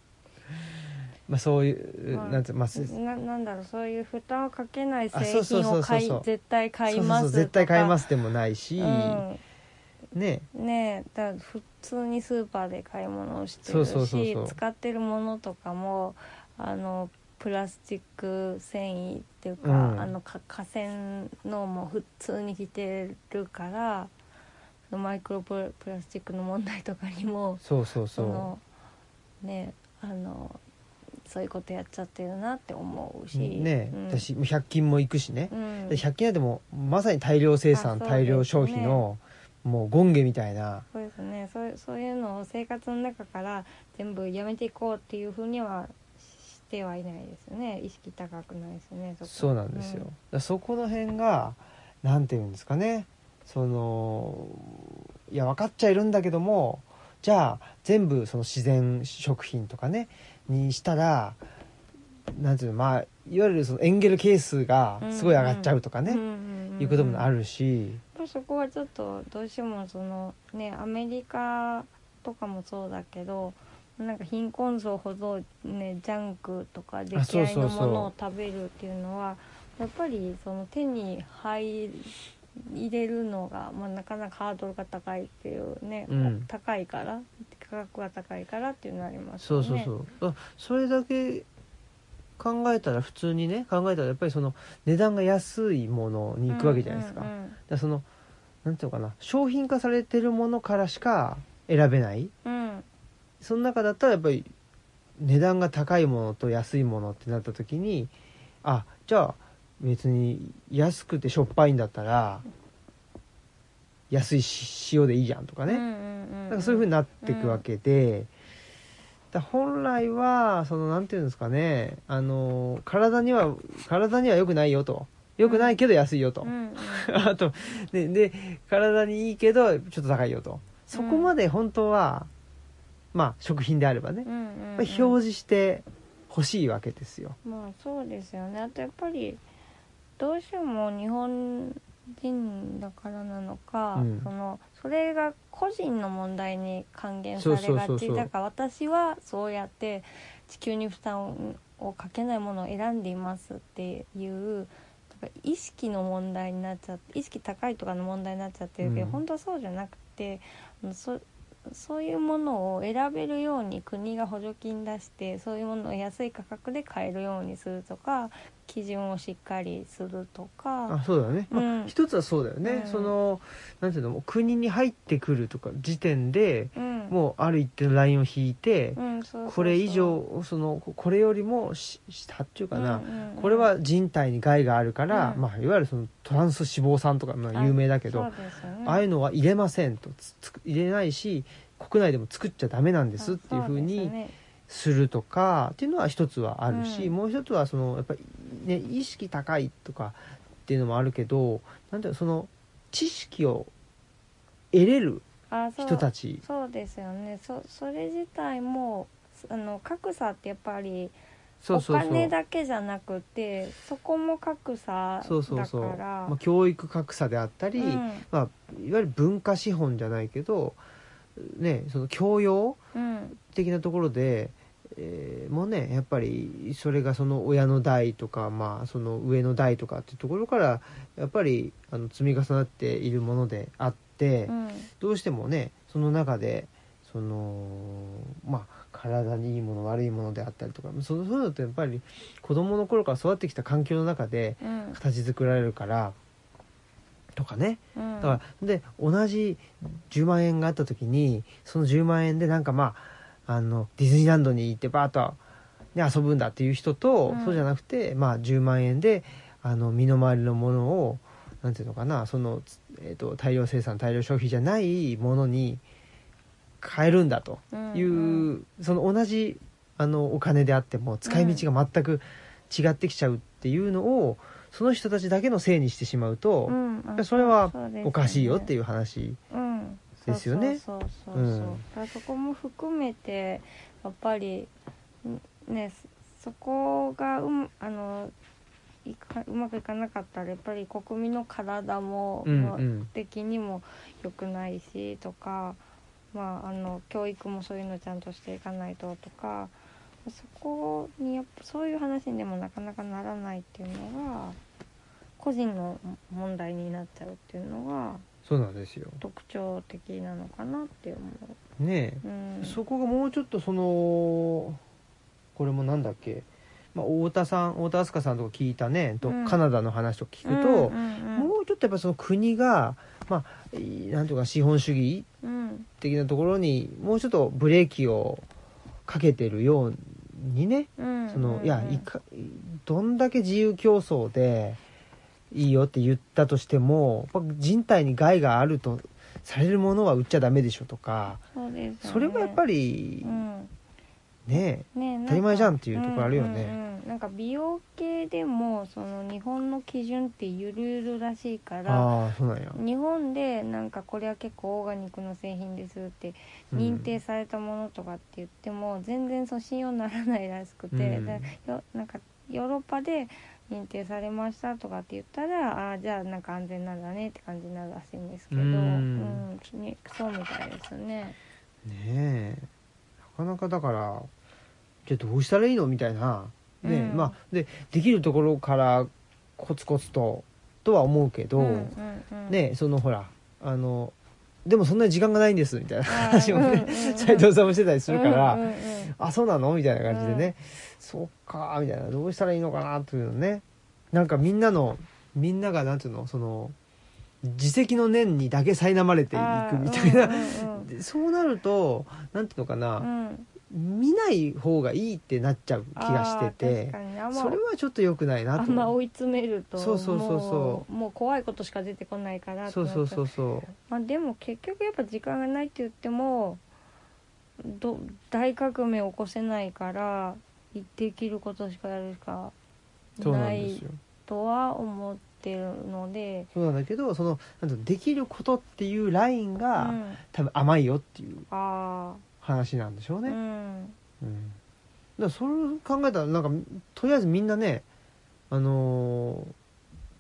Speaker 1: まあそういう、
Speaker 2: うん
Speaker 1: なんていうのまあす
Speaker 2: ななんだろうそういう負担をかけない
Speaker 1: あそうそ
Speaker 2: 製
Speaker 1: うそう
Speaker 2: 品
Speaker 1: そう
Speaker 2: を買い絶対買います
Speaker 1: そうそうそう絶対買いますすでもないし、
Speaker 2: うん
Speaker 1: ね
Speaker 2: ねえだ普通にスーパーで買い物をして
Speaker 1: そう
Speaker 2: る
Speaker 1: そうそう
Speaker 2: し
Speaker 1: そう
Speaker 2: 使ってるものとかもあのプラスチック繊維っていうか、
Speaker 1: うん
Speaker 2: あのか河川のも普通に着てるからマイクロププラスチックの問題とかにも
Speaker 1: そうそう
Speaker 2: そ
Speaker 1: そ
Speaker 2: のねえあのそういうことやっちゃってるなって思う
Speaker 1: う
Speaker 2: し、
Speaker 1: ね
Speaker 2: うん、
Speaker 1: だし100均も行くしね
Speaker 2: うん、
Speaker 1: で100均なんてもうまさに大量生
Speaker 2: あ
Speaker 1: 産
Speaker 2: そう
Speaker 1: 大量消費のもうゴンゲみたいな
Speaker 2: そうですねそういうそういうのを生活の中から全部やめていこうっていうふうにはしてはいないですね意識高くないですねこ
Speaker 1: そうなんですよ、だからそこの辺がなんていうんですかねそのいや分かっちゃいるんだけどもじゃあ全部その自然食品とかねにしたらなんていうのまあいわゆるそのエンゲル係数がすごい上がっちゃうとか
Speaker 2: うん
Speaker 1: ね、
Speaker 2: うんうんうん
Speaker 1: いうこともあ
Speaker 2: やっ
Speaker 1: るし、
Speaker 2: ぱりそこはちょっとどうしてもそのねアメリカとかもそうだけどなんか貧困層ほどねジャンクとか出来合い
Speaker 1: そ
Speaker 2: の
Speaker 1: うそうそ
Speaker 2: も
Speaker 1: う
Speaker 2: のを食べるっていうのはやっぱりその手に入れるのが、まあ、なかなかハードルが高いっていうね、
Speaker 1: うん
Speaker 2: 高いから価格が高いからっていうのあります
Speaker 1: そ
Speaker 2: よ
Speaker 1: う
Speaker 2: ね。
Speaker 1: そうそう、あそれだけ考えたら普通にね考えたらやっぱりその値段が安いものに行くわけじゃないですか,、
Speaker 2: うんうん
Speaker 1: だからそのなんていうのかな商品化されてるものからしか選べない
Speaker 2: うんうん
Speaker 1: その中だったらやっぱり値段が高いものと安いものってなった時にあじゃあ別に安くてしょっぱいんだったら安いし塩でいいじゃんとかね、
Speaker 2: うんうんうん
Speaker 1: なんかそういう風になっていくわけで、だから本来はそのなんていうんですかねあの体には体には良くないよと良くないけど安いよと、
Speaker 2: うん
Speaker 1: あとでで体にいいけどちょっと高いよとそこまで本当は、まあ食品であればね、
Speaker 2: うん うんうん
Speaker 1: 表示してほしいわけですよ。
Speaker 2: まあそうですよねあとやっぱりどうしても日本人だからなのか、
Speaker 1: うん
Speaker 2: そのそれが個人の問題に還元さ
Speaker 1: そう
Speaker 2: れ
Speaker 1: そう
Speaker 2: が
Speaker 1: そう
Speaker 2: ち
Speaker 1: そう
Speaker 2: だから私はそうやって地球に負担をかけないものを選んでいますっていうだから意識の問題になっちゃって意識高いとかの問題になっちゃってるけど、
Speaker 1: うん
Speaker 2: 本当はそうじゃなくてあのそそういうものを選べるように国が補助金出してそういうものを安い価格で買えるようにするとか基準をしっかりするとか
Speaker 1: あそうだよね、ま
Speaker 2: う
Speaker 1: あ、
Speaker 2: ん
Speaker 1: 一つはそうだよね、
Speaker 2: うん
Speaker 1: そのなんていうのもう国に入ってくるとか時点で
Speaker 2: うん
Speaker 1: もうある一定のラインを引いて、
Speaker 2: うんそうそうそう
Speaker 1: これ以上そのここれよりもし下っていうかな、
Speaker 2: うんうん
Speaker 1: これは人体に害があるから、
Speaker 2: うん
Speaker 1: まあ、いわゆるそのトランス脂肪酸とか、まあ、有名だけど
Speaker 2: そ
Speaker 1: あ,、
Speaker 2: うですよね
Speaker 1: あいうのは入れませんとつつく入れないし国内でも作っちゃダメなんですっていうふう
Speaker 2: そです
Speaker 1: に
Speaker 2: ね
Speaker 1: するとかっていうのは一つはあるし、
Speaker 2: うん
Speaker 1: もう一つはそのやっぱり、ね、意識高いとかっていうのもあるけどなんていうのその知識を得れる
Speaker 2: あそう
Speaker 1: 人たち
Speaker 2: そうですよねそそれ自体もあの格差ってやっぱり
Speaker 1: そうそうそう
Speaker 2: お金だけじゃなくてそこも格差だから
Speaker 1: そうそうそう、まあ、教育格差であったり、
Speaker 2: うん
Speaker 1: まあ、いわゆる文化資本じゃないけど、ね、その教養
Speaker 2: うん
Speaker 1: 的なところで、えーもうねやっぱりそれがその親の代とか、まあ、その上の代とかっていうところからやっぱりあの積み重なっているものであって、
Speaker 2: うん
Speaker 1: どうしてもねその中でそのまあ体にいいもの悪いものであったりとかそのそういうのってやっぱり子供の頃から育ってきた環境の中で
Speaker 2: うん
Speaker 1: 形作られるからとかね
Speaker 2: うん
Speaker 1: だからで同じ10万円があった時にその10万円でなんかまああのディズニーランドに行ってバーッと、ね、遊ぶんだっていう人と、
Speaker 2: うん
Speaker 1: そうじゃなくて、まあ、10万円であの身の回りのものをなんていうのかなその、つえー、と大量生産大量消費じゃないものに変えるんだと
Speaker 2: うん
Speaker 1: いう、
Speaker 2: うん
Speaker 1: その同じあのお金であっても使い道が全く違ってきちゃうっていうのを、その人たちだけのせいにしてしまうと。
Speaker 2: うんあ
Speaker 1: でそれは
Speaker 2: うですね
Speaker 1: おかしいよっていう話
Speaker 2: うん
Speaker 1: ですよね
Speaker 2: そうそうそうそう
Speaker 1: うん
Speaker 2: だからそこも含めてやっぱりんねそそこがう,、あのいかうまくいかなかったらやっぱり国民の体も、
Speaker 1: うんうん
Speaker 2: 的にも良くないしとか、まあ、あの教育もそういうのちゃんとしていかないととかそこにやっぱそういう話にでもなかなかならないっていうのが個人の問題になっちゃうっていうのが
Speaker 1: そうなんですよ
Speaker 2: 特徴的なのかなって思う
Speaker 1: ねえ、
Speaker 2: うん
Speaker 1: そこがもうちょっとそのこれもなんだっけ、まあ、太田さん太田明日香さんとか聞いたねと、
Speaker 2: うん
Speaker 1: カナダの話とか聞くと、
Speaker 2: うんうんうん
Speaker 1: もうちょっとやっぱその国が、まあ、いなんとか資本主義
Speaker 2: うん
Speaker 1: 的なところにもうちょっとブレーキをかけてるようにね
Speaker 2: うん
Speaker 1: そのいや
Speaker 2: うん
Speaker 1: いかどんだけ自由競争でいいよって言ったとしてもやっぱ人体に害があるとされるものは売っちゃダメでしょとか
Speaker 2: そうですよね、
Speaker 1: それはやっぱり
Speaker 2: うん
Speaker 1: ね
Speaker 2: ね、なんか
Speaker 1: 当たり前じゃんっていうところあるよね
Speaker 2: うんうんうんなんか美容系でもその日本の基準ってゆるゆるらしいから
Speaker 1: ああそうなんや
Speaker 2: 日本でなんかこれは結構オーガニックの製品ですって
Speaker 1: うん
Speaker 2: 認定されたものとかって言っても、全然そう信用ならないらしくて、
Speaker 1: うん
Speaker 2: だよなんかヨーロッパで認定されましたとかって言ったらああじゃあなんか安全なんだねって感じになるらしいんですけど、
Speaker 1: う
Speaker 2: うんんねそうみたいですね。
Speaker 1: ねえなかなかだからじゃあどうしたらいいのみたいな、ね
Speaker 2: うん
Speaker 1: まあ、でできるところからコツコツととは思うけど、
Speaker 2: うんうんうん
Speaker 1: ねえそのほらあのでもそんなに時間がないんですみたいな話をね
Speaker 2: 斎
Speaker 1: 斎藤さんもしてたりするから、
Speaker 2: うんうんうん
Speaker 1: あそうなのみたいな感じでね、そっかみたいなどうしたらいいのかなというのねなんかみんなのみんながなんていうのその自責の念にだけ苛まれていくみたいな、
Speaker 2: あーうんうんうん
Speaker 1: でそうなるとなんていうのか
Speaker 2: う
Speaker 1: な、
Speaker 2: ん
Speaker 1: 見ない方がいいってなっちゃう気がして
Speaker 2: あー確
Speaker 1: て
Speaker 2: かにあんま
Speaker 1: それはちょっと良くないなと
Speaker 2: あんま追い詰めると
Speaker 1: そうそうそうそう
Speaker 2: もうもう怖いことしか出てこないからって
Speaker 1: そ
Speaker 2: な
Speaker 1: う
Speaker 2: っちゃ
Speaker 1: そうそうそう
Speaker 2: まあ、でも結局やっぱ時間がないって言ってもど大革命起こせないからできることしかやるしか
Speaker 1: そうなん
Speaker 2: な
Speaker 1: で
Speaker 2: い
Speaker 1: すよ
Speaker 2: とは思ってるので
Speaker 1: そうなんだけどそのなんていうのできることっていうライン
Speaker 2: う
Speaker 1: が、
Speaker 2: ん、
Speaker 1: 多分甘いよっていう
Speaker 2: あ
Speaker 1: 話なんでしょう
Speaker 2: あ、
Speaker 1: ね、
Speaker 2: うん
Speaker 1: うん、だからそれを考えたらなんかとりあえずみんなねあのー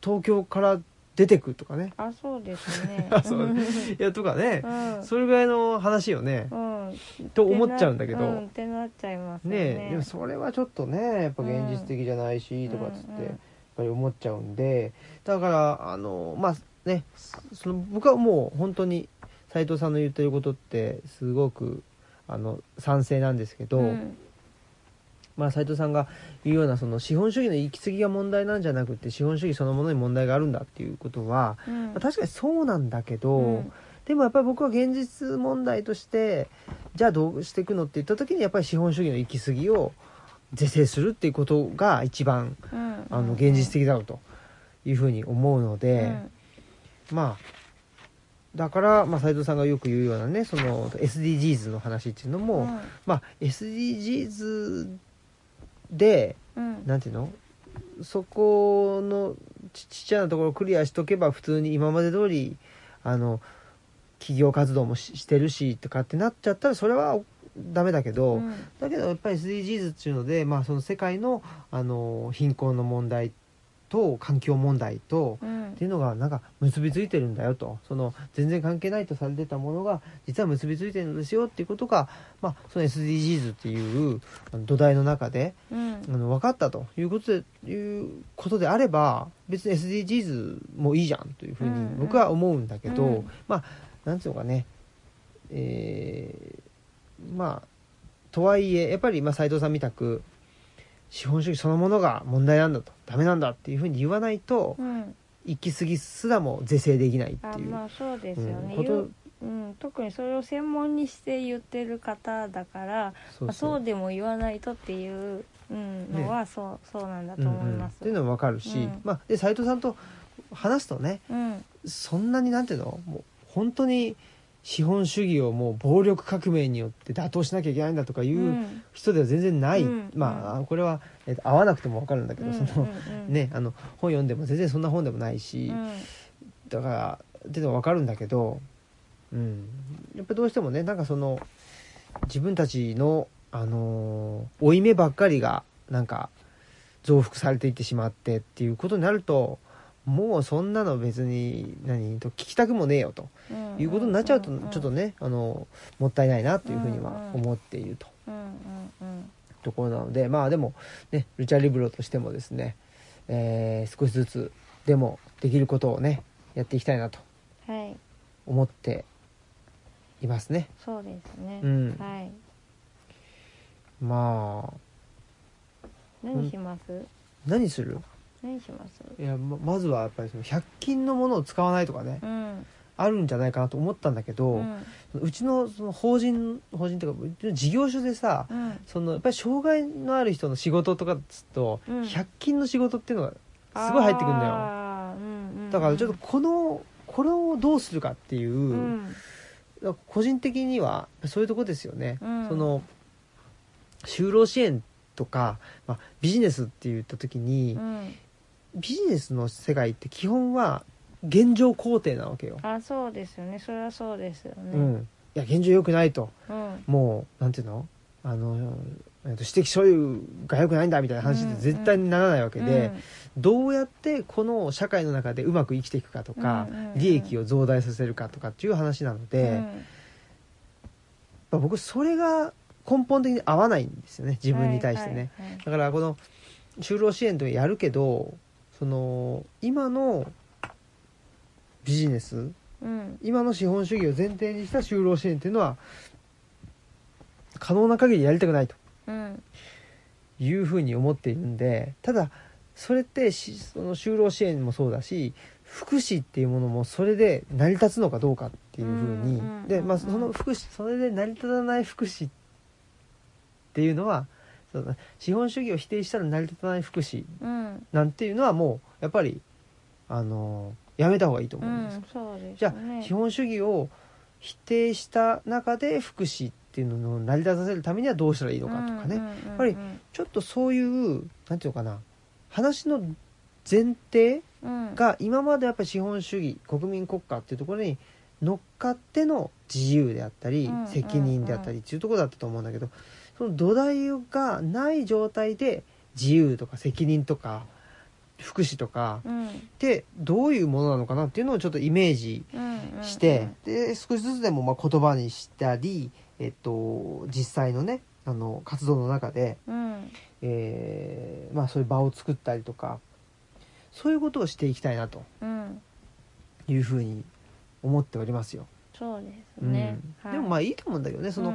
Speaker 1: 東京から出てくとかね
Speaker 2: あそうですね
Speaker 1: あ そういやとかね
Speaker 2: う、ん
Speaker 1: それぐらいの話よね、
Speaker 2: うん、
Speaker 1: と思っちゃうんだけど、
Speaker 2: うん、ってなっちゃいますよ
Speaker 1: ね
Speaker 2: ね
Speaker 1: でもそれはちょっとねやっぱ現実的じゃないし、とかっつって、
Speaker 2: うんうん
Speaker 1: やっぱり思っちゃうんでだからあのまあねその僕はもう本当に斉藤さんの言ってることってすごくあの賛成なんですけど、
Speaker 2: うん
Speaker 1: まあ、斉藤さんが言うようなその資本主義の行き過ぎが問題なんじゃなくて資本主義そのものに問題があるんだっていうことは、
Speaker 2: うん
Speaker 1: まあ確かにそうなんだけど、
Speaker 2: うん
Speaker 1: でもやっぱり僕は現実問題としてじゃあどうしていくのって言った時にやっぱり資本主義の行き過ぎを是正するっていうことが一番
Speaker 2: うん
Speaker 1: あの現実的だろうというふうに思うので。まあだから、まあ、斉藤さんがよく言うようなねその SDGs の話っていうのも、まあ、SDGs で
Speaker 2: うんうん
Speaker 1: なんていうのそこのちちっちゃなところをクリアしとけば普通に今まで通りあの企業活動もししてるしとかってなっちゃったらそれはおダメだけど、
Speaker 2: うん
Speaker 1: だけどやっぱり SDGs っていうので、まあ、その世界のあの貧困の問題と環境問題と
Speaker 2: う
Speaker 1: っ
Speaker 2: ん
Speaker 1: ていうのがなんか結びついてるんだよとその全然関係ないとされてたものが実は結びついてるんですよっていうことが、まあ、その SDGs っていうあの土台の中で
Speaker 2: うん
Speaker 1: あの分かったということでいうことであれば別に SDGs もいいじゃんというふう
Speaker 2: うん
Speaker 1: に
Speaker 2: うん
Speaker 1: 僕は思うんだけど、
Speaker 2: うん
Speaker 1: まあなんていうのかねえーまあとはいえやっぱりまあ斉藤さんみたく資本主義そのものが問題なんだとダメなんだっていうふうに言わないと
Speaker 2: うん
Speaker 1: 行き過ぎすらも是正できないっ
Speaker 2: あ
Speaker 1: ていう
Speaker 2: まあそうですよね、
Speaker 1: うんこと
Speaker 2: ゆうん、特にそれを専門にして言ってる方だから
Speaker 1: そ
Speaker 2: まあ
Speaker 1: う
Speaker 2: そうでも言わないとっていう、うん、のはそう,、そうなんだと思い
Speaker 1: うんうん
Speaker 2: ま
Speaker 1: っ
Speaker 2: す
Speaker 1: ていうのも分かるし、
Speaker 2: うん
Speaker 1: まあ、で斉藤さんと話すとね
Speaker 2: うん
Speaker 1: そんなになんていうのもう本当に資本主義をもう暴力革命によって打倒しなきゃいけないんだとかいううん人では全然ない、
Speaker 2: うん
Speaker 1: まあこれは、えっと合わなくても分かるんだけど、その、
Speaker 2: うんうん
Speaker 1: ねあの本読んでも全然そんな本でもないし、
Speaker 2: うん
Speaker 1: だからっていうのは分かるんだけど、うん、やっぱどうしてもねなんかその自分たちの、あのー負い目ばっかりがなんか増幅されていってしまってっていうことになるともうそんなの別に何と聞きたくもねえよと
Speaker 2: うん
Speaker 1: いうことになっちゃうと
Speaker 2: んん
Speaker 1: ちょっとね、あのもったいないなというふうには思っていると。
Speaker 2: うんうんうん
Speaker 1: ところなのでまあでもねルチャリブロとしてもですね、えー少しずつでもできることをねやっていきたいなと
Speaker 2: はい
Speaker 1: 思っていますね。
Speaker 2: そうですね、
Speaker 1: うん
Speaker 2: はい
Speaker 1: まあ
Speaker 2: 何します、
Speaker 1: 何する
Speaker 2: 何します
Speaker 1: いやままずはやっぱりその100均のものを使わないとかね
Speaker 2: うん
Speaker 1: あるんじゃないかなと思ったんだけ
Speaker 2: う
Speaker 1: ど、
Speaker 2: ん
Speaker 1: うちのその法人法人というかうちの事業所でさ
Speaker 2: うん
Speaker 1: そのやっぱり障害のある人の仕事とかっつうと、
Speaker 2: うん
Speaker 1: 100均の仕事っていうのがすごい入ってくるんだよ
Speaker 2: あーうんうんうん
Speaker 1: だからちょっとこのこれをどうするかっていう、
Speaker 2: うん
Speaker 1: だから個人的にはそういうとこですよね、
Speaker 2: うん
Speaker 1: その就労支援とか、まあ、ビジネスって言った時に、
Speaker 2: うん
Speaker 1: ビジネスの世界って基本は現状肯定なわけよ、
Speaker 2: あそうですよねそれはそうですよね
Speaker 1: う、ん、いや現状良くないと
Speaker 2: うん
Speaker 1: もうなんていうのあの、えっと、私的所有が良くないんだみたいな話って絶対にならないわけで、どうやってこの社会の中でうまく生きていくかとか、
Speaker 2: うんうんうん
Speaker 1: 利益を増大させるかとかっていう話なの
Speaker 2: うん
Speaker 1: で、まあ、僕それが根本的に合わないんですよね自分に対してね、、
Speaker 2: うんはいはいはい
Speaker 1: だからこの就労支援とかやるけどその今のビジネス
Speaker 2: うん
Speaker 1: 今の資本主義を前提にした就労支援っていうのは可能な限りやりたくないと
Speaker 2: うん
Speaker 1: いうふうに思っているんでただそれってしその就労支援もそうだし福祉っていうものもそれで成り立つのかどうかっていうふうに、
Speaker 2: うんうんうんうん
Speaker 1: で、まあ、その福祉それで成り立たない福祉っていうのはその資本主義を否定したら成り立たない福祉
Speaker 2: うん
Speaker 1: なんていうのはもうやっぱりあのやめた方がいいと
Speaker 2: う
Speaker 1: 思うんですよ
Speaker 2: んそうです、ね、
Speaker 1: じゃあ資本主義を否定した中で福祉っていうのを成り立たせるためにはどうしたらいいのかとかね、
Speaker 2: うんうんうんうん
Speaker 1: やっぱりちょっとそういうなんていうのかな話の前提
Speaker 2: うん
Speaker 1: が今までやっぱり資本主義国民国家っていうところに乗っかっての自由であったり
Speaker 2: うん
Speaker 1: 責任であったりっていうところだったと思うんだけどその土台がない状態で自由とか責任とか福祉とか
Speaker 2: うん
Speaker 1: ってどういうものなのかなっていうのをちょっとイメージ
Speaker 2: うんうん
Speaker 1: して、で少しずつでもまあ言葉にしたり、えっと、実際のねあの活動の中で、
Speaker 2: うん
Speaker 1: えーまあ、そういう場を作ったりとかそういうことをしていきたいなと
Speaker 2: うん
Speaker 1: いうふうに思っておりますよ。
Speaker 2: そうですね、
Speaker 1: うん、
Speaker 2: はい
Speaker 1: でもまあいいと思うんだけどねその、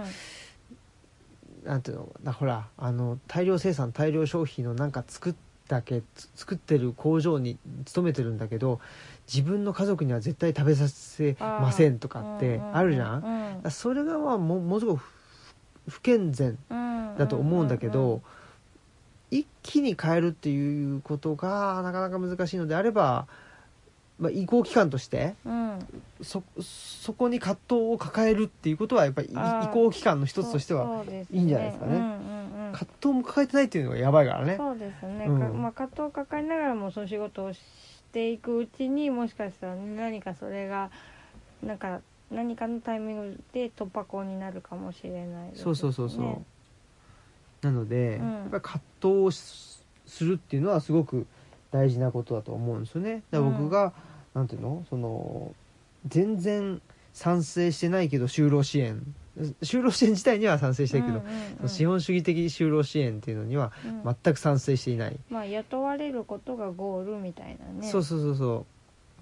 Speaker 1: なんていうのなほらあの大量生産大量消費のなんか作ったけつ作ってる工場に勤めてるんだけど自分の家族には絶対食べさせませんとかってあるじゃん、
Speaker 2: ん
Speaker 1: それがまあもものすごく不不健全だと思うんだけど、一気に変えるっていうことがなかなか難しいのであれば、まあ、移行期間として
Speaker 2: うん
Speaker 1: そそこに葛藤を抱えるっていうことはやっぱりい
Speaker 2: あー
Speaker 1: 移行期間の一つとしては
Speaker 2: そうです
Speaker 1: いいんじゃないですかね
Speaker 2: うんうんうん
Speaker 1: 葛藤も抱えてないっていうのがやばいからね。
Speaker 2: そうですね、
Speaker 1: うん
Speaker 2: かまあ、葛藤を抱えながらもその仕事をしていくうちにもしかしたら何かそれがなんか何かのタイミングで突破口になるかもしれないですね
Speaker 1: そうそうそうそう、なので、
Speaker 2: うん
Speaker 1: やっぱり葛藤をしするっていうのはすごく大事なことだと思うんですよね。だから僕が、なんていうのその全然賛成してないけど就労支援就労支援自体には賛成してるけど、
Speaker 2: うんうん
Speaker 1: そ
Speaker 2: うん
Speaker 1: の資本主義的就労支援っていうのには
Speaker 2: うん
Speaker 1: 全く賛成していない、
Speaker 2: まあ雇われることがゴールみたいなね
Speaker 1: そうそうそうそ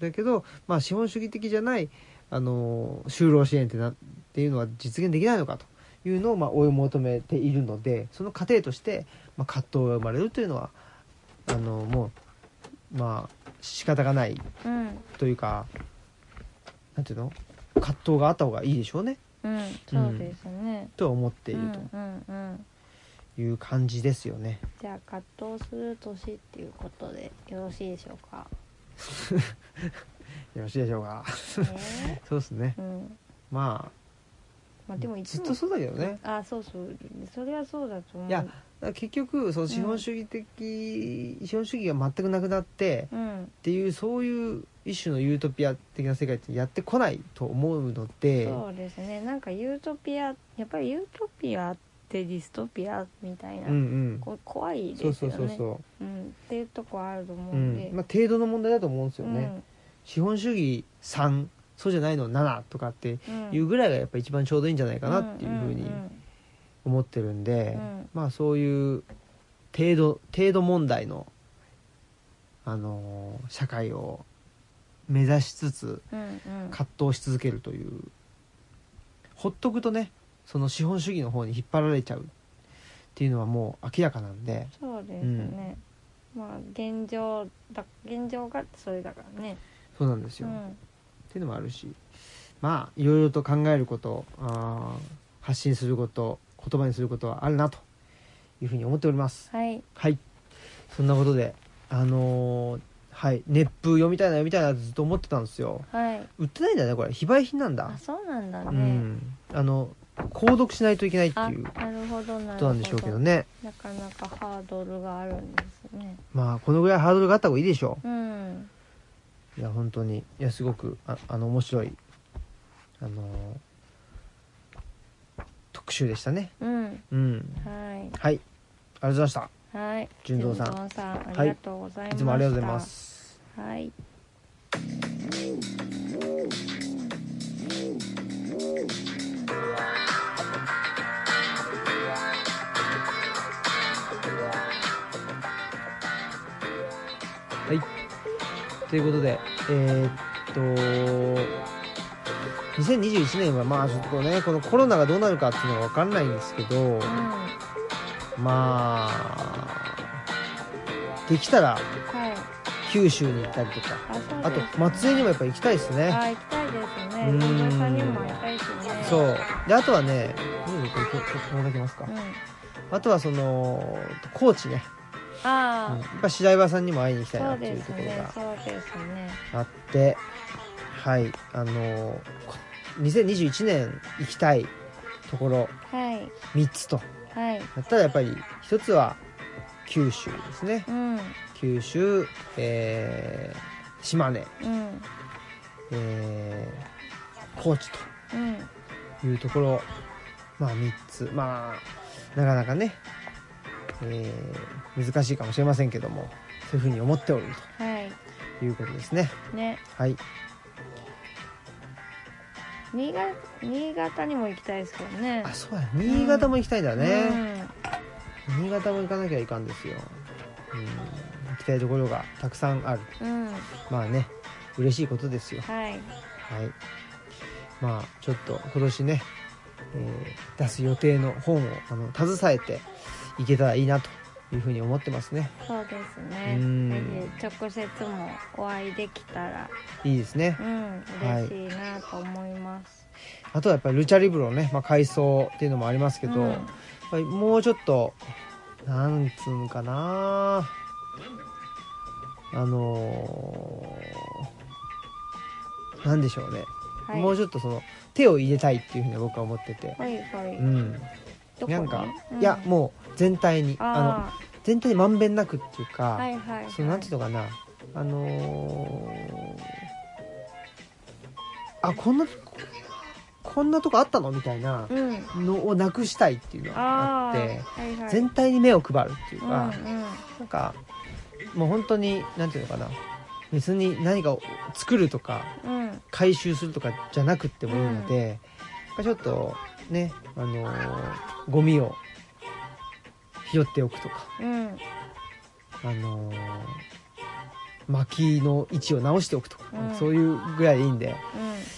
Speaker 1: うだけど、まあ、資本主義的じゃないあの就労支援ってなっていうのは実現できないのかというのを、まあ、追い求めているのでその過程として、まあ、葛藤が生まれるというのはあのもうまあ仕方がない
Speaker 2: うん
Speaker 1: というかなんていうの葛藤があった方がいいでしょうね
Speaker 2: うんそうですね、
Speaker 1: とは思っている
Speaker 2: うんうんうん
Speaker 1: という感じですよね。
Speaker 2: じゃあ葛藤する年っていうことでよろしいでしょうか、
Speaker 1: よろしいでしょうか。
Speaker 2: ね
Speaker 1: そうですね。
Speaker 2: うん
Speaker 1: ま
Speaker 2: まあ、
Speaker 1: あ
Speaker 2: でもいつ
Speaker 1: ずっ
Speaker 2: も
Speaker 1: とそうだけどね。
Speaker 2: あそうそうそれはそうだと思う
Speaker 1: いやだから結局その資本主義的、資本主義が全くなくなって
Speaker 2: うん
Speaker 1: っていうそういう一種のユートピア的な世界ってやってこないと思うので
Speaker 2: そうですねなんかユートピアやっぱりユートピアってディストピアみたいな、
Speaker 1: うんうん
Speaker 2: こ怖いです
Speaker 1: そ
Speaker 2: よ
Speaker 1: う
Speaker 2: ね
Speaker 1: そうそうそ
Speaker 2: うん、っていうとこあると思
Speaker 1: う、う
Speaker 2: うんで、
Speaker 1: んまあ、程度の問題だと思うんですよね、資本主義3そうじゃないの7とかって
Speaker 2: うん
Speaker 1: いうぐらいがやっぱ一番ちょうどいいんじゃないかなっていうふうに
Speaker 2: ん
Speaker 1: 思ってるんで、
Speaker 2: うん
Speaker 1: まあそういう程度程度問題の、あのー社会を目指しつつ
Speaker 2: うんうん
Speaker 1: 葛藤し続けるというほっとくとねその資本主義の方に引っ張られちゃうっていうのはもう明らかなんで
Speaker 2: そうですね、まあ現状だ現状がそれだからね
Speaker 1: そうなんです
Speaker 2: う
Speaker 1: よ、っ
Speaker 2: ん
Speaker 1: ていうのもあるしまあいろいろと考えることあー発信すること言葉にすることはあるなというふうに思っております
Speaker 2: はい
Speaker 1: はいそんなことであのーはい熱風読みたいな読みたいなってずっと思ってたんですよ
Speaker 2: はい
Speaker 1: 売ってないんだねこれ非売品なんだ
Speaker 2: あそうなんだね、
Speaker 1: うん、あの購読しないといけないって
Speaker 2: あ
Speaker 1: いうこ
Speaker 2: なるほどな
Speaker 1: と
Speaker 2: るほど
Speaker 1: なんでしょうけどね
Speaker 2: なかなかハードルがあるんですね
Speaker 1: まあこのぐらいハードルがあった方がいいでしょ
Speaker 2: うん
Speaker 1: ういや本当にいやすごくああの面白いあのー特集でしたね
Speaker 2: うん
Speaker 1: うん
Speaker 2: は
Speaker 1: はいありがとうございました
Speaker 2: いはい
Speaker 1: 純蔵さん
Speaker 2: んさんありがとうございました、
Speaker 1: いつもありがとうございます
Speaker 2: はい
Speaker 1: はいということでえーっと2021年はまあちょっとねこのコロナがどうなるかっていうのが分かんないんですけど
Speaker 2: うん
Speaker 1: まあできたら
Speaker 2: はい
Speaker 1: 九州に行ったりとか
Speaker 2: あそう
Speaker 1: あと
Speaker 2: ですね
Speaker 1: 松江にもやっぱ行きたいですね
Speaker 2: あ行きたいですね
Speaker 1: うん
Speaker 2: 純蔵さんにも会いたいしね
Speaker 1: そうであとはねどうぞこれここここだけますか、
Speaker 2: うん
Speaker 1: あとはその高知ね、うん
Speaker 2: あ
Speaker 1: やっぱ白岩さんにも会いに行きたい
Speaker 2: あ、
Speaker 1: な
Speaker 2: そう
Speaker 1: とい
Speaker 2: で
Speaker 1: う
Speaker 2: す
Speaker 1: ところ
Speaker 2: ね
Speaker 1: が
Speaker 2: そうですね
Speaker 1: あってはいあのこ2021年行きたいところ
Speaker 2: はい
Speaker 1: 3つと
Speaker 2: はい
Speaker 1: やったらやっぱり1つは九州ですね
Speaker 2: うん
Speaker 1: 九州、えー島根
Speaker 2: うん
Speaker 1: えー高知
Speaker 2: うん
Speaker 1: というところまあ3つまあなかなかね、えー難しいかもしれませんけどもそういうふうに思っておる
Speaker 2: はい
Speaker 1: ということですね
Speaker 2: ね
Speaker 1: はい
Speaker 2: 新潟新潟にも行きたいですけどね
Speaker 1: あそうや新潟も行きたいんだね、
Speaker 2: うん
Speaker 1: 新潟も行かなきゃいかんですようん行きたいところがたくさんある
Speaker 2: うん、
Speaker 1: まあね嬉しいことですよ
Speaker 2: はい、
Speaker 1: はいまあちょっと今年ね、えー出す予定の本をあの携えていけたらいいなというふうに思ってますね
Speaker 2: そうです
Speaker 1: う
Speaker 2: ね
Speaker 1: ん。
Speaker 2: ぜひ直接もお会いできたら、
Speaker 1: いいですね
Speaker 2: うん、
Speaker 1: はい
Speaker 2: 嬉しいなと思います。
Speaker 1: あとはやっぱりルチャリブロね、まあ、改装っていうのもありますけど、
Speaker 2: うん
Speaker 1: やっぱりもうちょっとなんつうんかなあのーなんでしょうね、
Speaker 2: はい、
Speaker 1: もう
Speaker 2: ょ
Speaker 1: ちょっとその手を入れたいっていうふうに僕は思ってて、
Speaker 2: はいはい、
Speaker 1: うん、
Speaker 2: どこに
Speaker 1: なんか、
Speaker 2: うん
Speaker 1: いやもう全体にあの
Speaker 2: あ
Speaker 1: 全体にまんべんなくっていうか、
Speaker 2: あ、はいはい、
Speaker 1: そのなんていう
Speaker 2: の、
Speaker 1: のかなあのーあこんなこんなとこあったのみたいな
Speaker 2: うん、
Speaker 1: のをなくしたいっていうのがあっ
Speaker 2: ああ、
Speaker 1: て
Speaker 2: はいはい、
Speaker 1: 全体に目を配るっていう
Speaker 2: う
Speaker 1: か、
Speaker 2: んうん、
Speaker 1: なんかもう本当になんていうのかな別に何かを作るとか
Speaker 2: うん、
Speaker 1: 回収するとかじゃなくってもいいので、ちょっとねあのーゴミを拾っておくとか
Speaker 2: うん、
Speaker 1: あのー薪の位置を直しておくとか、
Speaker 2: うん
Speaker 1: そういうぐらいでいいんで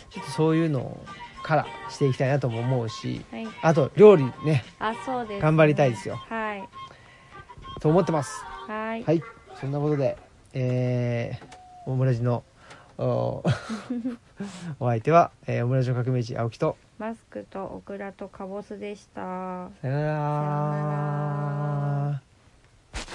Speaker 1: ちょっとそういうのからしていきたいなとも思うし
Speaker 2: うん、はい、
Speaker 1: あと料理ね
Speaker 2: あ、そうです、ね。
Speaker 1: 頑張りたいですよ
Speaker 2: はい、
Speaker 1: と思ってます
Speaker 2: はい、
Speaker 1: はいそんなことでえー、オムラジのお お相手は、えーオムラジの革命児青木と
Speaker 2: マスクとオクラとカボスでした。
Speaker 1: さよな
Speaker 2: さようなら